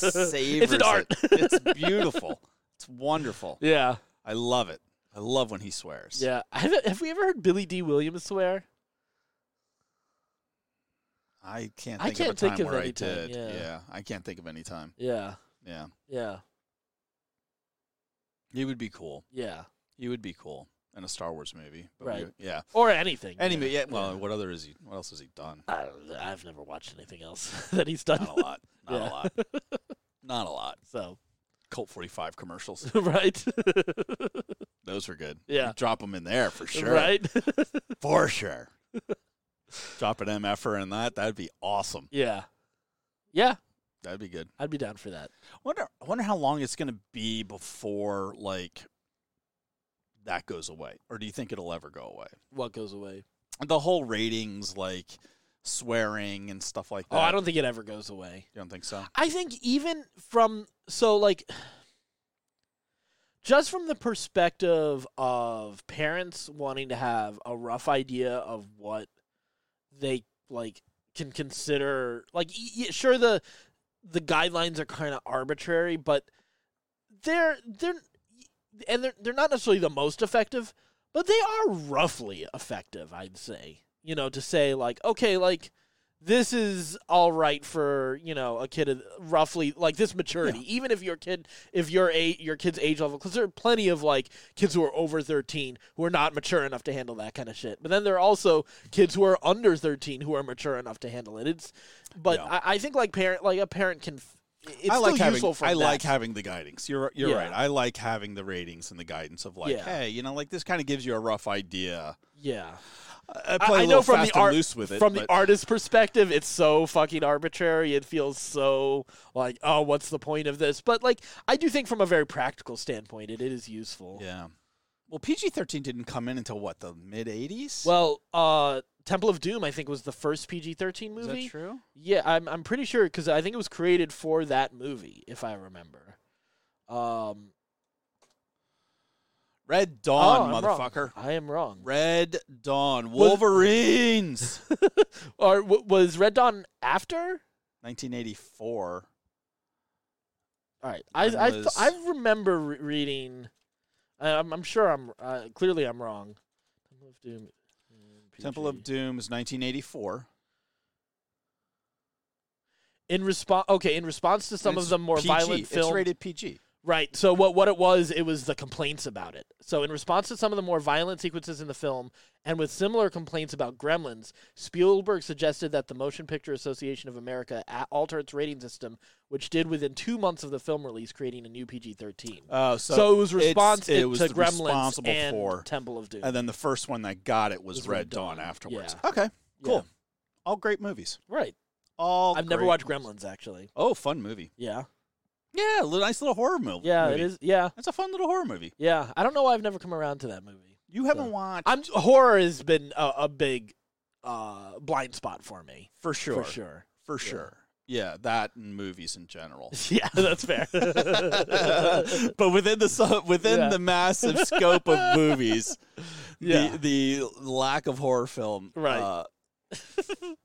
[SPEAKER 1] It's
[SPEAKER 2] savors
[SPEAKER 1] an art. <laughs>
[SPEAKER 2] it. It's beautiful. It's wonderful.
[SPEAKER 1] yeah.
[SPEAKER 2] I love it. I love when he swears.
[SPEAKER 1] Yeah. <laughs> Have, have we ever heard Billy D. Williams swear?
[SPEAKER 2] I can't think
[SPEAKER 1] I
[SPEAKER 2] of a
[SPEAKER 1] can't think
[SPEAKER 2] time
[SPEAKER 1] of
[SPEAKER 2] where
[SPEAKER 1] any
[SPEAKER 2] I
[SPEAKER 1] time,
[SPEAKER 2] did.
[SPEAKER 1] yeah.
[SPEAKER 2] I can't think of any time.
[SPEAKER 1] Yeah.
[SPEAKER 2] Yeah.
[SPEAKER 1] Yeah.
[SPEAKER 2] He would be cool.
[SPEAKER 1] Yeah.
[SPEAKER 2] He would be cool in a Star Wars movie. But we-
[SPEAKER 1] Right.
[SPEAKER 2] yeah.
[SPEAKER 1] Or anything.
[SPEAKER 2] Any mo- yeah, well, what other is he what else has he
[SPEAKER 1] <laughs>
[SPEAKER 2] done?
[SPEAKER 1] I don't know. I've never watched anything else <laughs> that he's done.
[SPEAKER 2] Not a lot. Not
[SPEAKER 1] Yeah.
[SPEAKER 2] a lot.
[SPEAKER 1] <laughs>
[SPEAKER 2] Not a lot.
[SPEAKER 1] So <laughs>
[SPEAKER 2] Colt 45 commercials.
[SPEAKER 1] right. <laughs>
[SPEAKER 2] Those were good.
[SPEAKER 1] yeah.
[SPEAKER 2] Drop them in there for sure.
[SPEAKER 1] Right. <laughs>
[SPEAKER 2] For sure. Drop an MFer in that. That'd be awesome.
[SPEAKER 1] yeah. Yeah.
[SPEAKER 2] That'd be good.
[SPEAKER 1] I'd be down for that.
[SPEAKER 2] Wonder I wonder how long it's gonna be before like that goes away. Or do you think it'll ever go away?
[SPEAKER 1] What goes away?
[SPEAKER 2] The whole ratings, like swearing and stuff like that.
[SPEAKER 1] Oh, I don't think it ever goes away.
[SPEAKER 2] you don't think so?
[SPEAKER 1] I think even from so like just from the perspective of parents wanting to have a rough idea of what they like can consider like y- y- sure the the guidelines are kind of arbitrary but they're they're and they're they're not necessarily the most effective but they are roughly effective I'd say you know to say like okay like this is all right for you know a kid of roughly like this maturity even if your kid if your a your kid's age level because there are plenty of like kids who are over 13 who are not mature enough to handle that kind of shit but then there are also kids who are under 13 who are mature enough to handle it it's but
[SPEAKER 2] Yeah.
[SPEAKER 1] I, I think like parent like a parent can f- it's
[SPEAKER 2] I like
[SPEAKER 1] still
[SPEAKER 2] having
[SPEAKER 1] useful for
[SPEAKER 2] I
[SPEAKER 1] that.
[SPEAKER 2] like having the guidance. You're you're
[SPEAKER 1] Yeah.
[SPEAKER 2] right. I like having the ratings and the guidance of like,
[SPEAKER 1] Yeah.
[SPEAKER 2] hey, you know, like this kind of gives you a rough idea.
[SPEAKER 1] yeah
[SPEAKER 2] I,
[SPEAKER 1] I-
[SPEAKER 2] play
[SPEAKER 1] I
[SPEAKER 2] a
[SPEAKER 1] know
[SPEAKER 2] little
[SPEAKER 1] from
[SPEAKER 2] fast
[SPEAKER 1] the
[SPEAKER 2] and
[SPEAKER 1] art-
[SPEAKER 2] loose with it.
[SPEAKER 1] from
[SPEAKER 2] but-
[SPEAKER 1] the artist's perspective, it's so fucking arbitrary. It feels so like, oh, what's the point of this? But like, I do think from a very practical standpoint, it, it is useful.
[SPEAKER 2] yeah. Well, PG thirteen didn't come in until what the mid eighties.
[SPEAKER 1] Well, uh, Temple of Doom, I think, was the first PG thirteen
[SPEAKER 2] is
[SPEAKER 1] movie.
[SPEAKER 2] that true?
[SPEAKER 1] Yeah, I'm I'm pretty sure because I think it was created for that movie, if I remember. Um,
[SPEAKER 2] Red Dawn,
[SPEAKER 1] oh, I'm wrong.
[SPEAKER 2] motherfucker.
[SPEAKER 1] I am wrong.
[SPEAKER 2] Red Dawn,
[SPEAKER 1] <laughs>
[SPEAKER 2] Wolverines,
[SPEAKER 1] or w- was Red Dawn after?
[SPEAKER 2] nineteen eighty four.
[SPEAKER 1] All right. I
[SPEAKER 2] Mine
[SPEAKER 1] I, th-
[SPEAKER 2] was-
[SPEAKER 1] I remember re- reading. I, I'm I'm sure I'm uh, clearly I'm wrong. Temple of Doom. mm,
[SPEAKER 2] Temple of
[SPEAKER 1] PG.
[SPEAKER 2] Doom is nineteen eighty four.
[SPEAKER 1] in response. Okay, in response to some of the more violent
[SPEAKER 2] It's
[SPEAKER 1] films.
[SPEAKER 2] rated PG.
[SPEAKER 1] Right. So what what it was, it was the complaints about it. So in response to some of the more violent sequences in the film, and with similar complaints about Gremlins, Spielberg suggested that the Motion Picture Association of America a- alter its rating system, which did within two months of the film release, creating a new PG-13.
[SPEAKER 2] Oh,
[SPEAKER 1] Uh, so, it was response
[SPEAKER 2] it was
[SPEAKER 1] to
[SPEAKER 2] the
[SPEAKER 1] Gremlins
[SPEAKER 2] responsible
[SPEAKER 1] and
[SPEAKER 2] for-
[SPEAKER 1] Temple of Doom.
[SPEAKER 2] And then the first one that got it was,
[SPEAKER 1] Was
[SPEAKER 2] Red,
[SPEAKER 1] Red
[SPEAKER 2] Dawn,
[SPEAKER 1] Dawn.
[SPEAKER 2] afterwards.
[SPEAKER 1] Yeah.
[SPEAKER 2] Okay,
[SPEAKER 1] Yeah.
[SPEAKER 2] cool. All great movies.
[SPEAKER 1] Right.
[SPEAKER 2] All
[SPEAKER 1] I've never
[SPEAKER 2] great-
[SPEAKER 1] watched Gremlins actually.
[SPEAKER 2] Oh, fun movie.
[SPEAKER 1] Yeah.
[SPEAKER 2] Yeah, a little- nice little horror mo- movie.
[SPEAKER 1] Yeah, it is. Yeah,
[SPEAKER 2] That's a fun little horror movie.
[SPEAKER 1] yeah. I don't know why I've never come around to that movie.
[SPEAKER 2] You haven't
[SPEAKER 1] So-
[SPEAKER 2] watched
[SPEAKER 1] I'm horror has been a, a big uh, blind spot for me,
[SPEAKER 2] for sure,
[SPEAKER 1] for sure. <laughs>
[SPEAKER 2] for sure. Yeah, that and movies in general. <laughs>
[SPEAKER 1] Yeah, that's fair. <laughs>
[SPEAKER 2] but within the su- within
[SPEAKER 1] Yeah.
[SPEAKER 2] the massive scope of
[SPEAKER 1] <laughs>
[SPEAKER 2] movies,
[SPEAKER 1] Yeah.
[SPEAKER 2] the the lack of horror film
[SPEAKER 1] Right.
[SPEAKER 2] uh,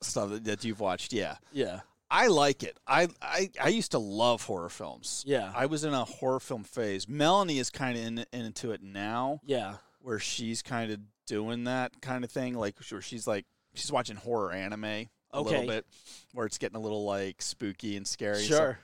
[SPEAKER 2] stuff that, that you've watched, yeah,
[SPEAKER 1] yeah,
[SPEAKER 2] I like it. I I, I used to love horror films.
[SPEAKER 1] yeah,
[SPEAKER 2] I was in a horror film phase. Melanie is kind of in, into it now,
[SPEAKER 1] yeah,
[SPEAKER 2] where she's kind of doing that kind of thing, like where she's like she's watching horror anime a
[SPEAKER 1] Okay.
[SPEAKER 2] little bit, where it's getting a little like spooky and scary. and stuff.
[SPEAKER 1] sure.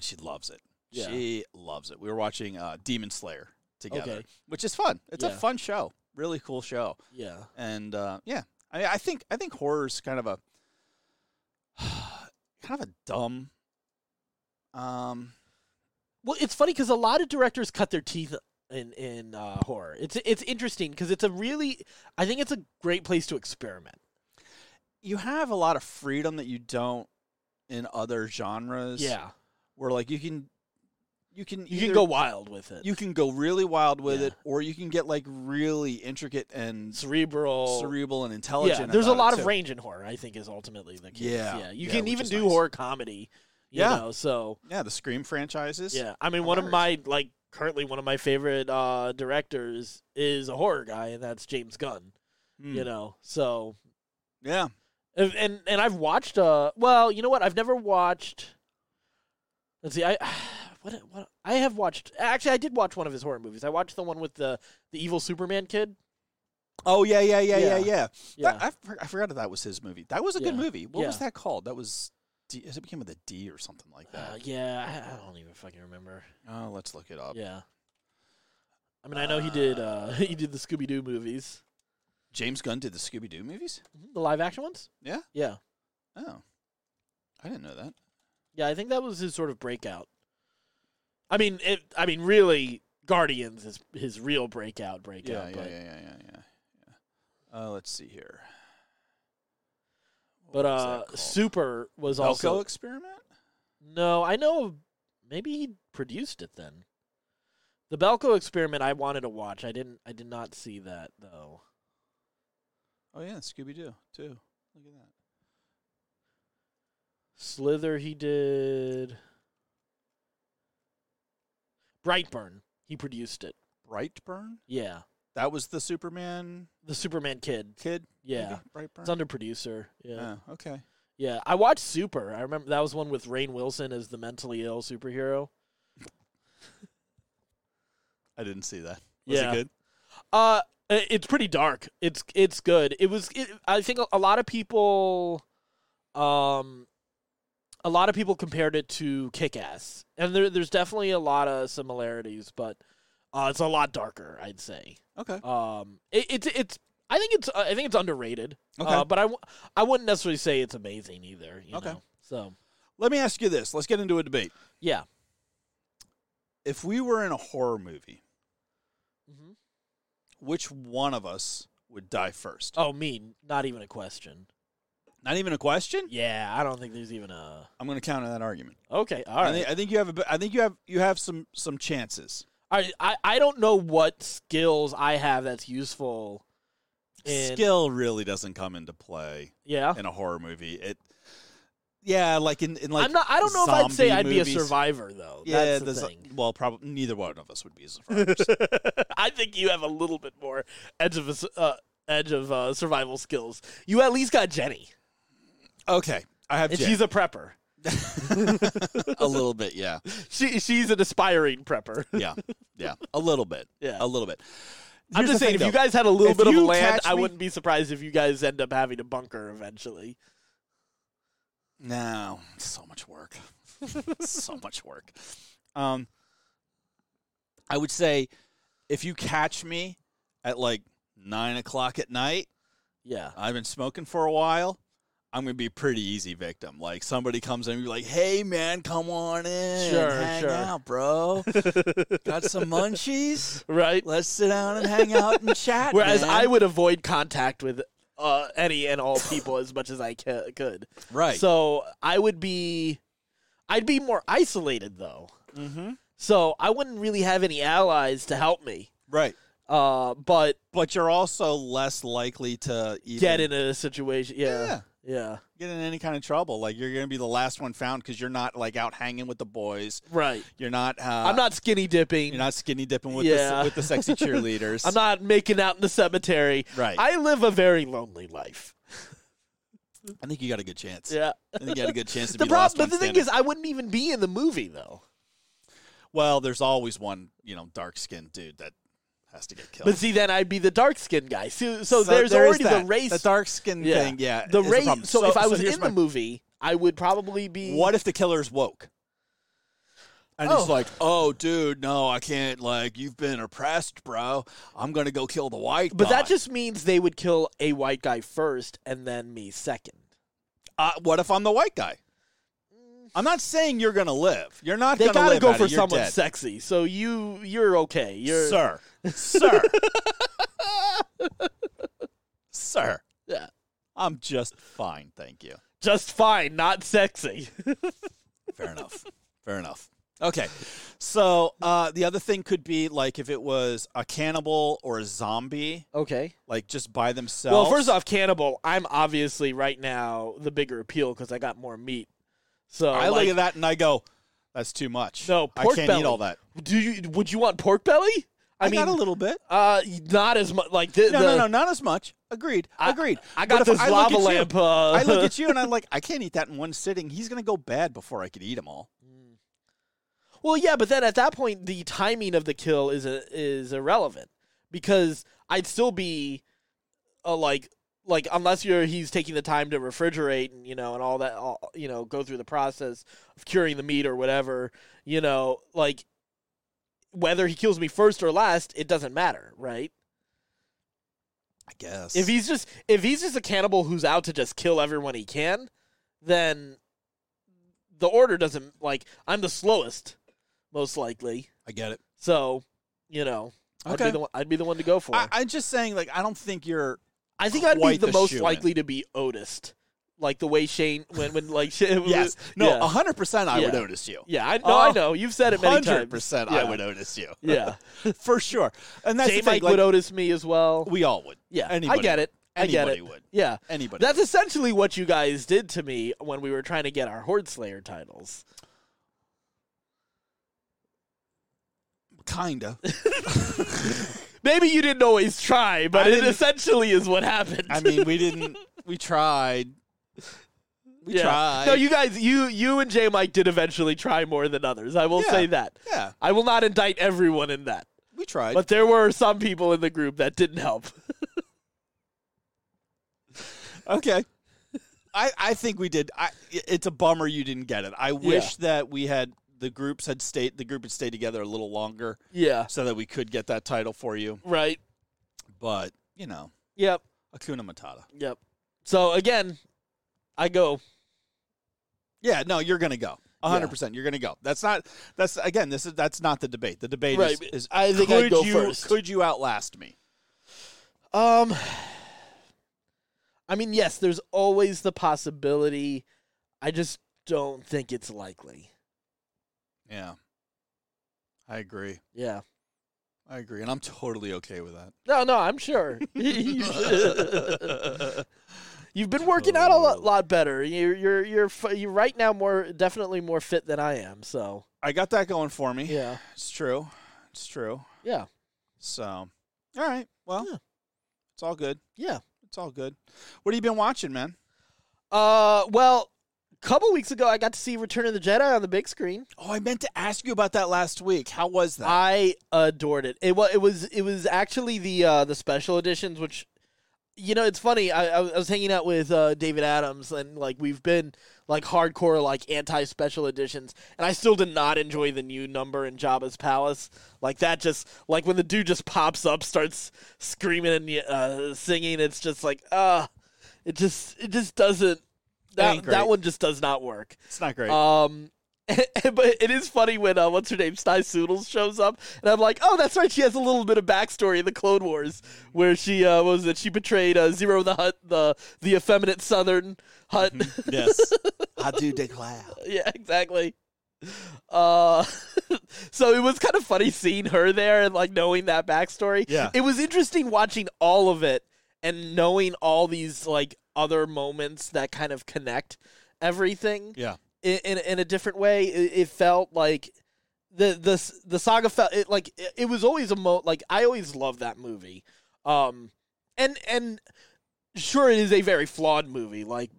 [SPEAKER 2] She loves it.
[SPEAKER 1] Yeah.
[SPEAKER 2] She loves it. We were watching uh, Demon Slayer together,
[SPEAKER 1] Okay.
[SPEAKER 2] which is fun. It's a
[SPEAKER 1] Yeah.
[SPEAKER 2] fun show, really cool show,
[SPEAKER 1] Yeah,
[SPEAKER 2] and uh, yeah, I, I think I think horror's kind of a <sighs> kind of a dumb. Um,
[SPEAKER 1] Well, it's funny because a lot of directors cut their teeth in in uh, horror. It's it's interesting because it's a really I think it's a great place to experiment.
[SPEAKER 2] you have a lot of freedom that you don't in other genres.
[SPEAKER 1] Yeah,
[SPEAKER 2] where like you can, you can
[SPEAKER 1] you
[SPEAKER 2] either-
[SPEAKER 1] can go wild with it.
[SPEAKER 2] you can go really wild with
[SPEAKER 1] Yeah.
[SPEAKER 2] it, or you can get like really intricate and
[SPEAKER 1] cerebral.
[SPEAKER 2] cerebral and intelligent.
[SPEAKER 1] yeah, there's a
[SPEAKER 2] about it,
[SPEAKER 1] lot of
[SPEAKER 2] too.
[SPEAKER 1] range in horror. I think is ultimately the case.
[SPEAKER 2] Yeah,
[SPEAKER 1] yeah. You
[SPEAKER 2] yeah,
[SPEAKER 1] can
[SPEAKER 2] which
[SPEAKER 1] even
[SPEAKER 2] is
[SPEAKER 1] do
[SPEAKER 2] nice.
[SPEAKER 1] horror comedy. You
[SPEAKER 2] Yeah.
[SPEAKER 1] know, so
[SPEAKER 2] Yeah, the Scream franchises.
[SPEAKER 1] yeah. I mean, one of my
[SPEAKER 2] hilarious.
[SPEAKER 1] like currently one of my favorite uh, directors is a horror guy, and that's James Gunn.
[SPEAKER 2] Mm.
[SPEAKER 1] You know, so
[SPEAKER 2] Yeah.
[SPEAKER 1] And- and and I've watched uh well, you know what? I've never watched Let's see. I <sighs> what what I have watched Actually, I did watch one of his horror movies. I watched the one with the the evil Superman kid.
[SPEAKER 2] Oh yeah, yeah, yeah, yeah,
[SPEAKER 1] Yeah.
[SPEAKER 2] yeah.
[SPEAKER 1] Yeah.
[SPEAKER 2] That, I, for- I forgot that that was his movie. That was a good
[SPEAKER 1] Yeah.
[SPEAKER 2] movie. What was
[SPEAKER 1] Yeah.
[SPEAKER 2] that called? That was D, it became with a D or something like
[SPEAKER 1] Uh,
[SPEAKER 2] that.
[SPEAKER 1] yeah, I, I don't even fucking remember.
[SPEAKER 2] oh, let's look it up.
[SPEAKER 1] Uh, Yeah. I mean, I know he did uh <laughs> he did the Scooby Doo movies.
[SPEAKER 2] James Gunn did the Scooby Doo movies.
[SPEAKER 1] Mhm, The live action ones?
[SPEAKER 2] Yeah.
[SPEAKER 1] Yeah.
[SPEAKER 2] Oh, I didn't know that.
[SPEAKER 1] Yeah, I think that was his sort of breakout. I mean, it I mean really Guardians is his real breakout
[SPEAKER 2] Yeah,
[SPEAKER 1] breakout,
[SPEAKER 2] yeah,
[SPEAKER 1] but
[SPEAKER 2] yeah, yeah, yeah, yeah. yeah. Uh, let's see here. What
[SPEAKER 1] but
[SPEAKER 2] was
[SPEAKER 1] uh
[SPEAKER 2] that called?
[SPEAKER 1] Super was
[SPEAKER 2] Velcro
[SPEAKER 1] also
[SPEAKER 2] experiment.
[SPEAKER 1] No, I know. of- Maybe he produced it then. The Belko experiment I wanted to watch. I didn't. I did not see that though.
[SPEAKER 2] Oh yeah, Scooby Doo too. Look at that.
[SPEAKER 1] Slither he did. Brightburn he produced it.
[SPEAKER 2] Brightburn.
[SPEAKER 1] Yeah,
[SPEAKER 2] That was the Superman
[SPEAKER 1] the Superman kid.
[SPEAKER 2] kid.
[SPEAKER 1] Yeah,
[SPEAKER 2] maybe? Brightburn.
[SPEAKER 1] it's under producer. Yeah,
[SPEAKER 2] Oh, okay.
[SPEAKER 1] yeah. I watched Super. I remember that was one with Rain Wilson as the mentally ill superhero.
[SPEAKER 2] I didn't see that.
[SPEAKER 1] Was it Yeah.
[SPEAKER 2] good?
[SPEAKER 1] Uh, i- it's pretty dark. It's it's good. It was. It, I think a, a lot of people, um, a lot of people compared it to Kick Ass, and there there's definitely a lot of similarities, but uh, it's a lot darker. I'd say.
[SPEAKER 2] Okay.
[SPEAKER 1] Um, it, it's it's. I think it's I think it's underrated.
[SPEAKER 2] Okay.
[SPEAKER 1] Uh, but I, w- I wouldn't necessarily say it's amazing either. You
[SPEAKER 2] Okay.
[SPEAKER 1] Know? So
[SPEAKER 2] Let me ask you this. Let's get into a debate.
[SPEAKER 1] yeah.
[SPEAKER 2] If we were in a horror movie,
[SPEAKER 1] hmm
[SPEAKER 2] which one of us would die first?
[SPEAKER 1] Oh, mean. Not even a question.
[SPEAKER 2] Not even a question.
[SPEAKER 1] Yeah, I don't think there's even a.
[SPEAKER 2] I'm going to counter that argument.
[SPEAKER 1] Okay, all right.
[SPEAKER 2] I, think, I think you have. A, bit- I think you have. You have some some chances.
[SPEAKER 1] I, I I don't know what skills I have that's useful. In,
[SPEAKER 2] Skill really doesn't come into play
[SPEAKER 1] yeah.
[SPEAKER 2] in a horror movie. It. Yeah, like in, in like
[SPEAKER 1] I'm not. I don't know if I'd say
[SPEAKER 2] zombie
[SPEAKER 1] I'd be
[SPEAKER 2] movies.
[SPEAKER 1] a survivor though.
[SPEAKER 2] Yeah,
[SPEAKER 1] that's the
[SPEAKER 2] there's a-
[SPEAKER 1] thing.
[SPEAKER 2] well, probably neither one of us would be a survivor.
[SPEAKER 1] <laughs> I think you have a little bit more edge of a s uh, edge of uh, survival skills. You at least got Jenny,
[SPEAKER 2] okay, I have
[SPEAKER 1] and
[SPEAKER 2] Jen.
[SPEAKER 1] she's a prepper. <laughs>
[SPEAKER 2] a little bit, yeah.
[SPEAKER 1] She she's an aspiring prepper.
[SPEAKER 2] yeah, yeah, a little bit,
[SPEAKER 1] Yeah.
[SPEAKER 2] a little bit.
[SPEAKER 1] I'm
[SPEAKER 2] Here's
[SPEAKER 1] just
[SPEAKER 2] the
[SPEAKER 1] saying, if
[SPEAKER 2] thing,
[SPEAKER 1] you
[SPEAKER 2] though.
[SPEAKER 1] guys had a little
[SPEAKER 2] If
[SPEAKER 1] bit of
[SPEAKER 2] you
[SPEAKER 1] land,
[SPEAKER 2] catch
[SPEAKER 1] I
[SPEAKER 2] me-
[SPEAKER 1] wouldn't be surprised if you guys end up having a bunker eventually.
[SPEAKER 2] no, so much work, <laughs> so much work. Um, I would say if you catch me at like nine o'clock at night,
[SPEAKER 1] Yeah,
[SPEAKER 2] I've been smoking for a while. I'm gonna be a pretty easy victim. Like somebody comes in and be like, "Hey man, come on in,
[SPEAKER 1] Sure,
[SPEAKER 2] hang
[SPEAKER 1] sure. <laughs>
[SPEAKER 2] out, bro. Got some munchies?
[SPEAKER 1] right.
[SPEAKER 2] Let's sit down and hang out and chat."
[SPEAKER 1] Whereas
[SPEAKER 2] man."
[SPEAKER 1] I would avoid contact with uh, any and all people as much as I ca- could.
[SPEAKER 2] right,
[SPEAKER 1] So I would be, I'd be more isolated though.
[SPEAKER 2] Mm-hmm.
[SPEAKER 1] So I wouldn't really have any allies to help me.
[SPEAKER 2] Right.
[SPEAKER 1] Uh, but
[SPEAKER 2] But you're also less likely to even
[SPEAKER 1] get in a situation.
[SPEAKER 2] Yeah.
[SPEAKER 1] Yeah. Yeah.
[SPEAKER 2] get in any kind of trouble. Like you're going to be the last one found because you're not like out hanging with the boys.
[SPEAKER 1] Right.
[SPEAKER 2] You're not. Uh,
[SPEAKER 1] I'm not skinny dipping.
[SPEAKER 2] You're not skinny dipping with
[SPEAKER 1] Yeah.
[SPEAKER 2] the, with
[SPEAKER 1] <laughs>
[SPEAKER 2] the sexy cheerleaders.
[SPEAKER 1] I'm not making out in the cemetery.
[SPEAKER 2] Right.
[SPEAKER 1] I live a very lonely life.
[SPEAKER 2] I think you got a good chance.
[SPEAKER 1] Yeah.
[SPEAKER 2] I think you had a good chance to
[SPEAKER 1] The
[SPEAKER 2] be last
[SPEAKER 1] problem,
[SPEAKER 2] one
[SPEAKER 1] but the thing
[SPEAKER 2] standing.
[SPEAKER 1] is, I wouldn't even be in the movie though.
[SPEAKER 2] well, there's always one you know dark skinned dude that has to get killed.
[SPEAKER 1] But see, then I'd be the dark skinned guy. So, so,
[SPEAKER 2] So
[SPEAKER 1] there's
[SPEAKER 2] there is
[SPEAKER 1] already the
[SPEAKER 2] that.
[SPEAKER 1] race.
[SPEAKER 2] the dark skin
[SPEAKER 1] Yeah.
[SPEAKER 2] thing. Yeah,
[SPEAKER 1] the
[SPEAKER 2] is a
[SPEAKER 1] race.
[SPEAKER 2] problem.
[SPEAKER 1] So, if I was
[SPEAKER 2] here's
[SPEAKER 1] in the
[SPEAKER 2] my-
[SPEAKER 1] movie, I would probably be.
[SPEAKER 2] what if the killer's woke? And
[SPEAKER 1] Oh.
[SPEAKER 2] he's like, "Oh, dude, no, I can't. Like, you've been oppressed, bro. I'm gonna go kill the white."
[SPEAKER 1] But that
[SPEAKER 2] guy."
[SPEAKER 1] just means they would kill a white guy first and then me second.
[SPEAKER 2] uh, what if I'm the white guy? I'm not saying you're gonna live. You're not
[SPEAKER 1] They
[SPEAKER 2] gonna
[SPEAKER 1] gotta
[SPEAKER 2] live
[SPEAKER 1] go
[SPEAKER 2] out
[SPEAKER 1] for
[SPEAKER 2] of- you're
[SPEAKER 1] someone
[SPEAKER 2] dead.
[SPEAKER 1] sexy. So you you're okay. You're
[SPEAKER 2] sir, sir, sir.
[SPEAKER 1] Yeah.
[SPEAKER 2] I'm just fine, thank you.
[SPEAKER 1] just fine, not sexy.
[SPEAKER 2] Fair enough. Fair enough. Okay. So uh, the other thing could be like if it was a cannibal or a zombie,
[SPEAKER 1] okay.
[SPEAKER 2] like just by themselves.
[SPEAKER 1] Well, first off, cannibal. I'm obviously right now the bigger appeal because I got more meat. So
[SPEAKER 2] I
[SPEAKER 1] like,
[SPEAKER 2] look at that and I go, "That's too much.
[SPEAKER 1] No,
[SPEAKER 2] I
[SPEAKER 1] pork
[SPEAKER 2] can't
[SPEAKER 1] belly.
[SPEAKER 2] eat all that."
[SPEAKER 1] Do you? Would you want pork belly? I, mean,
[SPEAKER 2] got a little bit.
[SPEAKER 1] uh, not as much. Like the,
[SPEAKER 2] No,
[SPEAKER 1] the
[SPEAKER 2] no, no, not as much. Agreed.
[SPEAKER 1] I-
[SPEAKER 2] Agreed.
[SPEAKER 1] I got
[SPEAKER 2] But if
[SPEAKER 1] this
[SPEAKER 2] I look
[SPEAKER 1] lava
[SPEAKER 2] at you-
[SPEAKER 1] lamp. uh, <laughs>
[SPEAKER 2] I look at you and I'm like, I can't eat that in one sitting. He's gonna go bad before I could eat them all.
[SPEAKER 1] Well, yeah, but then at that point, the timing of the kill is uh, is irrelevant because I'd still be, uh, like, like unless you're he's taking the time to refrigerate and you know and all that, all, you know, go through the process of curing the meat or whatever, you know, like whether he kills me first or last, it doesn't matter, right?
[SPEAKER 2] I guess.
[SPEAKER 1] If he's just if he's just a cannibal who's out to just kill everyone he can, then the order doesn't like I'm the slowest, most likely.
[SPEAKER 2] I get it.
[SPEAKER 1] So, you know, I'd be
[SPEAKER 2] Okay.
[SPEAKER 1] the one, I'd be the one to go for.
[SPEAKER 2] I,
[SPEAKER 1] I,
[SPEAKER 2] I'm just saying, like, I don't think you're
[SPEAKER 1] think I'd be
[SPEAKER 2] quite
[SPEAKER 1] the,
[SPEAKER 2] the
[SPEAKER 1] most
[SPEAKER 2] shoo-in.
[SPEAKER 1] likely to be Otised, like the way Shane when when like
[SPEAKER 2] <laughs>
[SPEAKER 1] Shane,
[SPEAKER 2] Yes.
[SPEAKER 1] <laughs>
[SPEAKER 2] No,
[SPEAKER 1] yeah,
[SPEAKER 2] hundred percent. I would
[SPEAKER 1] Yeah.
[SPEAKER 2] notice you.
[SPEAKER 1] yeah, I know, I
[SPEAKER 2] Oh,
[SPEAKER 1] know. You've said it many
[SPEAKER 2] Hundred
[SPEAKER 1] times.
[SPEAKER 2] percent.
[SPEAKER 1] yeah.
[SPEAKER 2] I would notice you. <laughs>
[SPEAKER 1] Yeah,
[SPEAKER 2] for sure. And that's
[SPEAKER 1] J
[SPEAKER 2] the thing.
[SPEAKER 1] Mike
[SPEAKER 2] Like,
[SPEAKER 1] would Otis me as well.
[SPEAKER 2] we all would.
[SPEAKER 1] Yeah,
[SPEAKER 2] Anybody.
[SPEAKER 1] I get it. I get
[SPEAKER 2] Anybody
[SPEAKER 1] it.
[SPEAKER 2] would.
[SPEAKER 1] Yeah,
[SPEAKER 2] Anybody.
[SPEAKER 1] that's essentially what you guys did to me when we were trying to get our Horde Slayer titles.
[SPEAKER 2] kinda.
[SPEAKER 1] Maybe you didn't always try, but
[SPEAKER 2] I
[SPEAKER 1] it
[SPEAKER 2] didn't-
[SPEAKER 1] essentially is what happened.
[SPEAKER 2] I mean, we didn't. We tried. We
[SPEAKER 1] Yeah.
[SPEAKER 2] tried.
[SPEAKER 1] No, you guys, you you and J Mike did eventually try more than others. I will
[SPEAKER 2] Yeah.
[SPEAKER 1] say that.
[SPEAKER 2] Yeah,
[SPEAKER 1] I will not indict everyone in that,
[SPEAKER 2] we tried.
[SPEAKER 1] but there were some people in the group that didn't
[SPEAKER 2] <laughs>
[SPEAKER 1] help.
[SPEAKER 2] okay. I, I think we did. I, it's a bummer you didn't get it. I wish that we had the groups had stayed. The group had stayed together a little longer
[SPEAKER 1] yeah.
[SPEAKER 2] so that we could get that title for you.
[SPEAKER 1] Right.
[SPEAKER 2] But you know,
[SPEAKER 1] Yep.
[SPEAKER 2] Akuna Matata.
[SPEAKER 1] Yep. So again, I go.
[SPEAKER 2] Yeah, no, you're gonna go. A
[SPEAKER 1] Yeah.
[SPEAKER 2] hundred percent, you're gonna go. That's not. That's again. This is that's not the debate. The debate
[SPEAKER 1] Right,
[SPEAKER 2] is,
[SPEAKER 1] but
[SPEAKER 2] is
[SPEAKER 1] I think
[SPEAKER 2] could
[SPEAKER 1] I'd go
[SPEAKER 2] you
[SPEAKER 1] first.
[SPEAKER 2] could you outlast me?
[SPEAKER 1] Um. I mean, yes, there's always the possibility. I just don't think it's likely.
[SPEAKER 2] Yeah, I agree.
[SPEAKER 1] Yeah.
[SPEAKER 2] I agree, and I'm totally okay with that.
[SPEAKER 1] No, no, I'm sure. You've been working out a lot, lot better. You're, you're, you're, f- you're right now more definitely more fit than I am. So
[SPEAKER 2] I got that going for me.
[SPEAKER 1] yeah,
[SPEAKER 2] It's true. It's true.
[SPEAKER 1] yeah,
[SPEAKER 2] So, all right. Well,
[SPEAKER 1] Yeah.
[SPEAKER 2] it's all good.
[SPEAKER 1] yeah.
[SPEAKER 2] It's all good. What have you been watching, man?
[SPEAKER 1] Uh, well, a couple weeks ago, I got to see Return of the Jedi on the big screen.
[SPEAKER 2] Oh, I meant to ask you about that last week. How was that?
[SPEAKER 1] I adored it. It was it was it was actually the uh, the special editions, which you know it's funny. I, I was I was hanging out with uh, David Adams, and like we've been like hardcore like anti special editions, and I still did not enjoy the new number in Jabba's palace. Like that, just like when the dude just pops up, starts screaming and uh, singing. It's just like ah, it just it just doesn't. That,
[SPEAKER 2] ain't great.
[SPEAKER 1] that one just does not work.
[SPEAKER 2] Uh, it's not great.
[SPEAKER 1] Um, <laughs> but it is funny when uh, what's her name, Sty Soodles shows up, and I'm like, oh, that's right, she has a little bit of backstory in the Clone Wars, where she uh, what was it? She betrayed uh, Zero the Hut, the the effeminate Southern Hut.
[SPEAKER 2] Mm-hmm. Yes. <laughs> I do declare.
[SPEAKER 1] <laughs> yeah, exactly. Uh, <laughs> so it was kind of funny seeing her there and like knowing that backstory.
[SPEAKER 2] Yeah.
[SPEAKER 1] it was interesting watching all of it and knowing all these like other moments that kind of connect everything
[SPEAKER 2] Yeah.
[SPEAKER 1] in in, in a different way. It, it felt like the the s- the saga felt it, like it, it was always a mo like I always loved that movie. Um, and and sure, it is a very flawed movie. Like,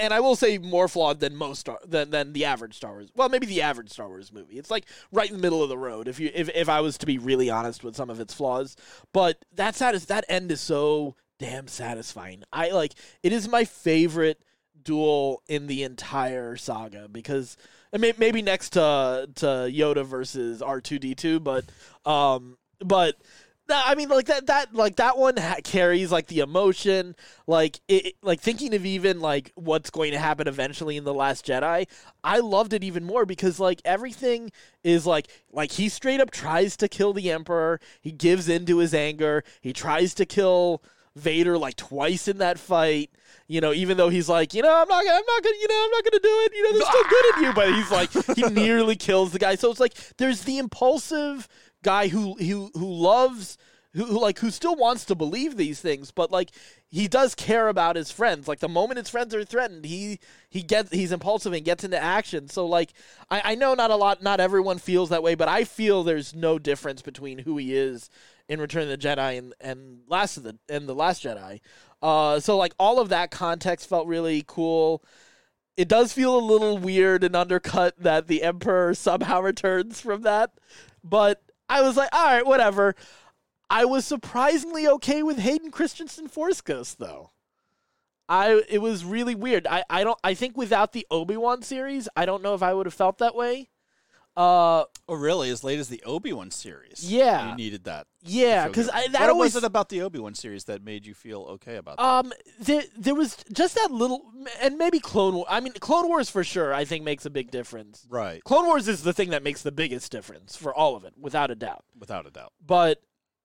[SPEAKER 1] and I will say more flawed than most Star, than than the average Star Wars. Well, maybe the average Star Wars movie. It's like right in the middle of the road. If you if if I was to be really honest with some of its flaws, but that satis- that end is so damn satisfying. I like it is my favorite duel in the entire saga because I mean, maybe next to to Yoda versus R two D two, but um, but no, I mean like that that like that one ha- carries like the emotion, like it, it- like thinking of even like what's going to happen eventually in the Last Jedi. I loved it even more because like everything is like like he straight up tries to kill the Emperor. He gives in to his anger. He tries to kill Vader like twice in that fight. You know, even though he's like, you know, I'm not, gonna, I'm not gonna, you know, I'm not gonna do it. You know, there's still good in you, but he's like, he nearly kills the guy. So it's like there's the impulsive guy who who who loves. Who, who like who still wants to believe these things, but like he does care about his friends. Like the moment his friends are threatened, he he gets he's impulsive and gets into action. So like I, I know not a lot, not everyone feels that way, but I feel there's no difference between who he is in Return of the Jedi and, and Last of the and the Last Jedi. Uh, so like all of that context felt really cool. It does feel a little weird and undercut that the Emperor somehow returns from that, but I was like, all right, whatever. I was surprisingly okay with Hayden Christensen Force Ghost though. I it was really weird. I, I don't I think without the Obi Wan series, I don't know if I would have felt that way. Uh
[SPEAKER 2] Oh, really? As late as the Obi Wan series?
[SPEAKER 1] Yeah.
[SPEAKER 2] You needed that.
[SPEAKER 1] yeah,
[SPEAKER 2] Feel
[SPEAKER 1] because
[SPEAKER 2] good.
[SPEAKER 1] that
[SPEAKER 2] what
[SPEAKER 1] always
[SPEAKER 2] was it about the Obi Wan series that made you feel okay about that?
[SPEAKER 1] Um, there there was just that little, and maybe Clone War. I mean, Clone Wars for sure. I think makes a big difference.
[SPEAKER 2] right,
[SPEAKER 1] Clone Wars is the thing that makes the biggest difference for all of it, without a doubt.
[SPEAKER 2] without a doubt.
[SPEAKER 1] But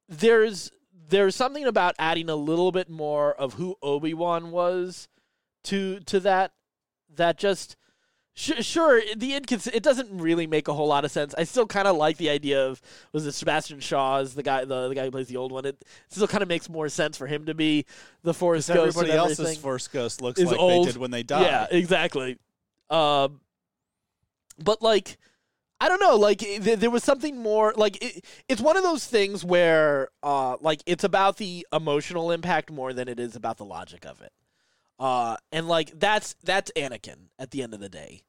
[SPEAKER 1] there's there's something about adding a little bit more of who Obi Wan was to to that that just sh- sure the incons- it doesn't really make a whole lot of sense. I still kind of like the idea of was it Sebastian Shaw's the guy the, the guy who plays the old one. It still kind of makes more sense for him to be the Force Ghost. and
[SPEAKER 2] Everybody else's
[SPEAKER 1] everything.
[SPEAKER 2] Force Ghost looks
[SPEAKER 1] is
[SPEAKER 2] like
[SPEAKER 1] old.
[SPEAKER 2] they did when they died.
[SPEAKER 1] Yeah, exactly. Um, but like, I don't know. Like, i- th- there was something more. Like, it, it's one of those things where, uh, like, it's about the emotional impact more than it is about the logic of it. Uh, and like, that's that's Anakin at the end of the day.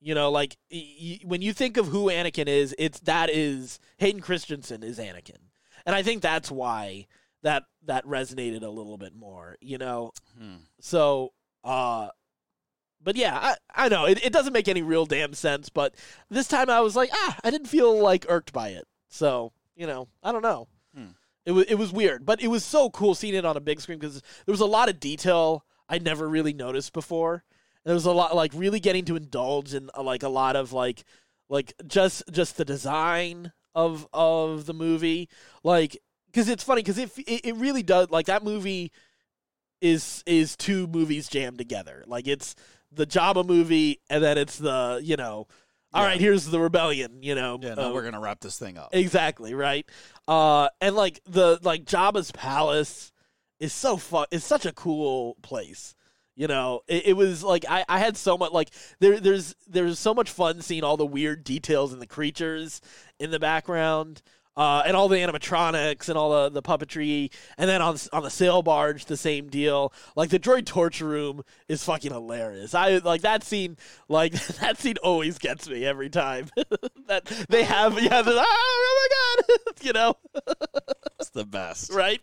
[SPEAKER 1] You know, like y- y- when you think of who Anakin is, it's that is Hayden Christensen is Anakin, and I think that's why that that resonated a little bit more. You know,
[SPEAKER 2] Hmm.
[SPEAKER 1] so, uh, but yeah, I, I know it, it doesn't make any real damn sense, but this time I was like, ah, I didn't feel like irked by it. So, you know, I don't know.
[SPEAKER 2] Hmm.
[SPEAKER 1] It was it was weird, but it was so cool seeing it on a big screen because there was a lot of detail I never really noticed before. And there was a lot like really getting to indulge in uh, like a lot of like like just just the design of of the movie, like because it's funny because it, it it really does like that movie is is two movies jammed together. Like it's the Jabba movie, and then it's the you know, all right,
[SPEAKER 2] Yeah.
[SPEAKER 1] here's the rebellion. You know,
[SPEAKER 2] Yeah, now
[SPEAKER 1] uh,
[SPEAKER 2] we're gonna wrap this thing up.
[SPEAKER 1] exactly right. Uh, and like the like Jabba's palace is so fun. It's such a cool place. You know, it, it was like I, I had so much like there there's there's so much fun seeing all the weird details and the creatures in the background. Uh, and all the animatronics and all the, the puppetry, and then on s- on the sail barge, the same deal. Like the droid torture room is fucking hilarious. I like that scene. Like <laughs> that scene always gets me every time. <laughs> that they have, yeah, the, oh my god, <laughs> you know
[SPEAKER 2] It's the best.
[SPEAKER 1] right?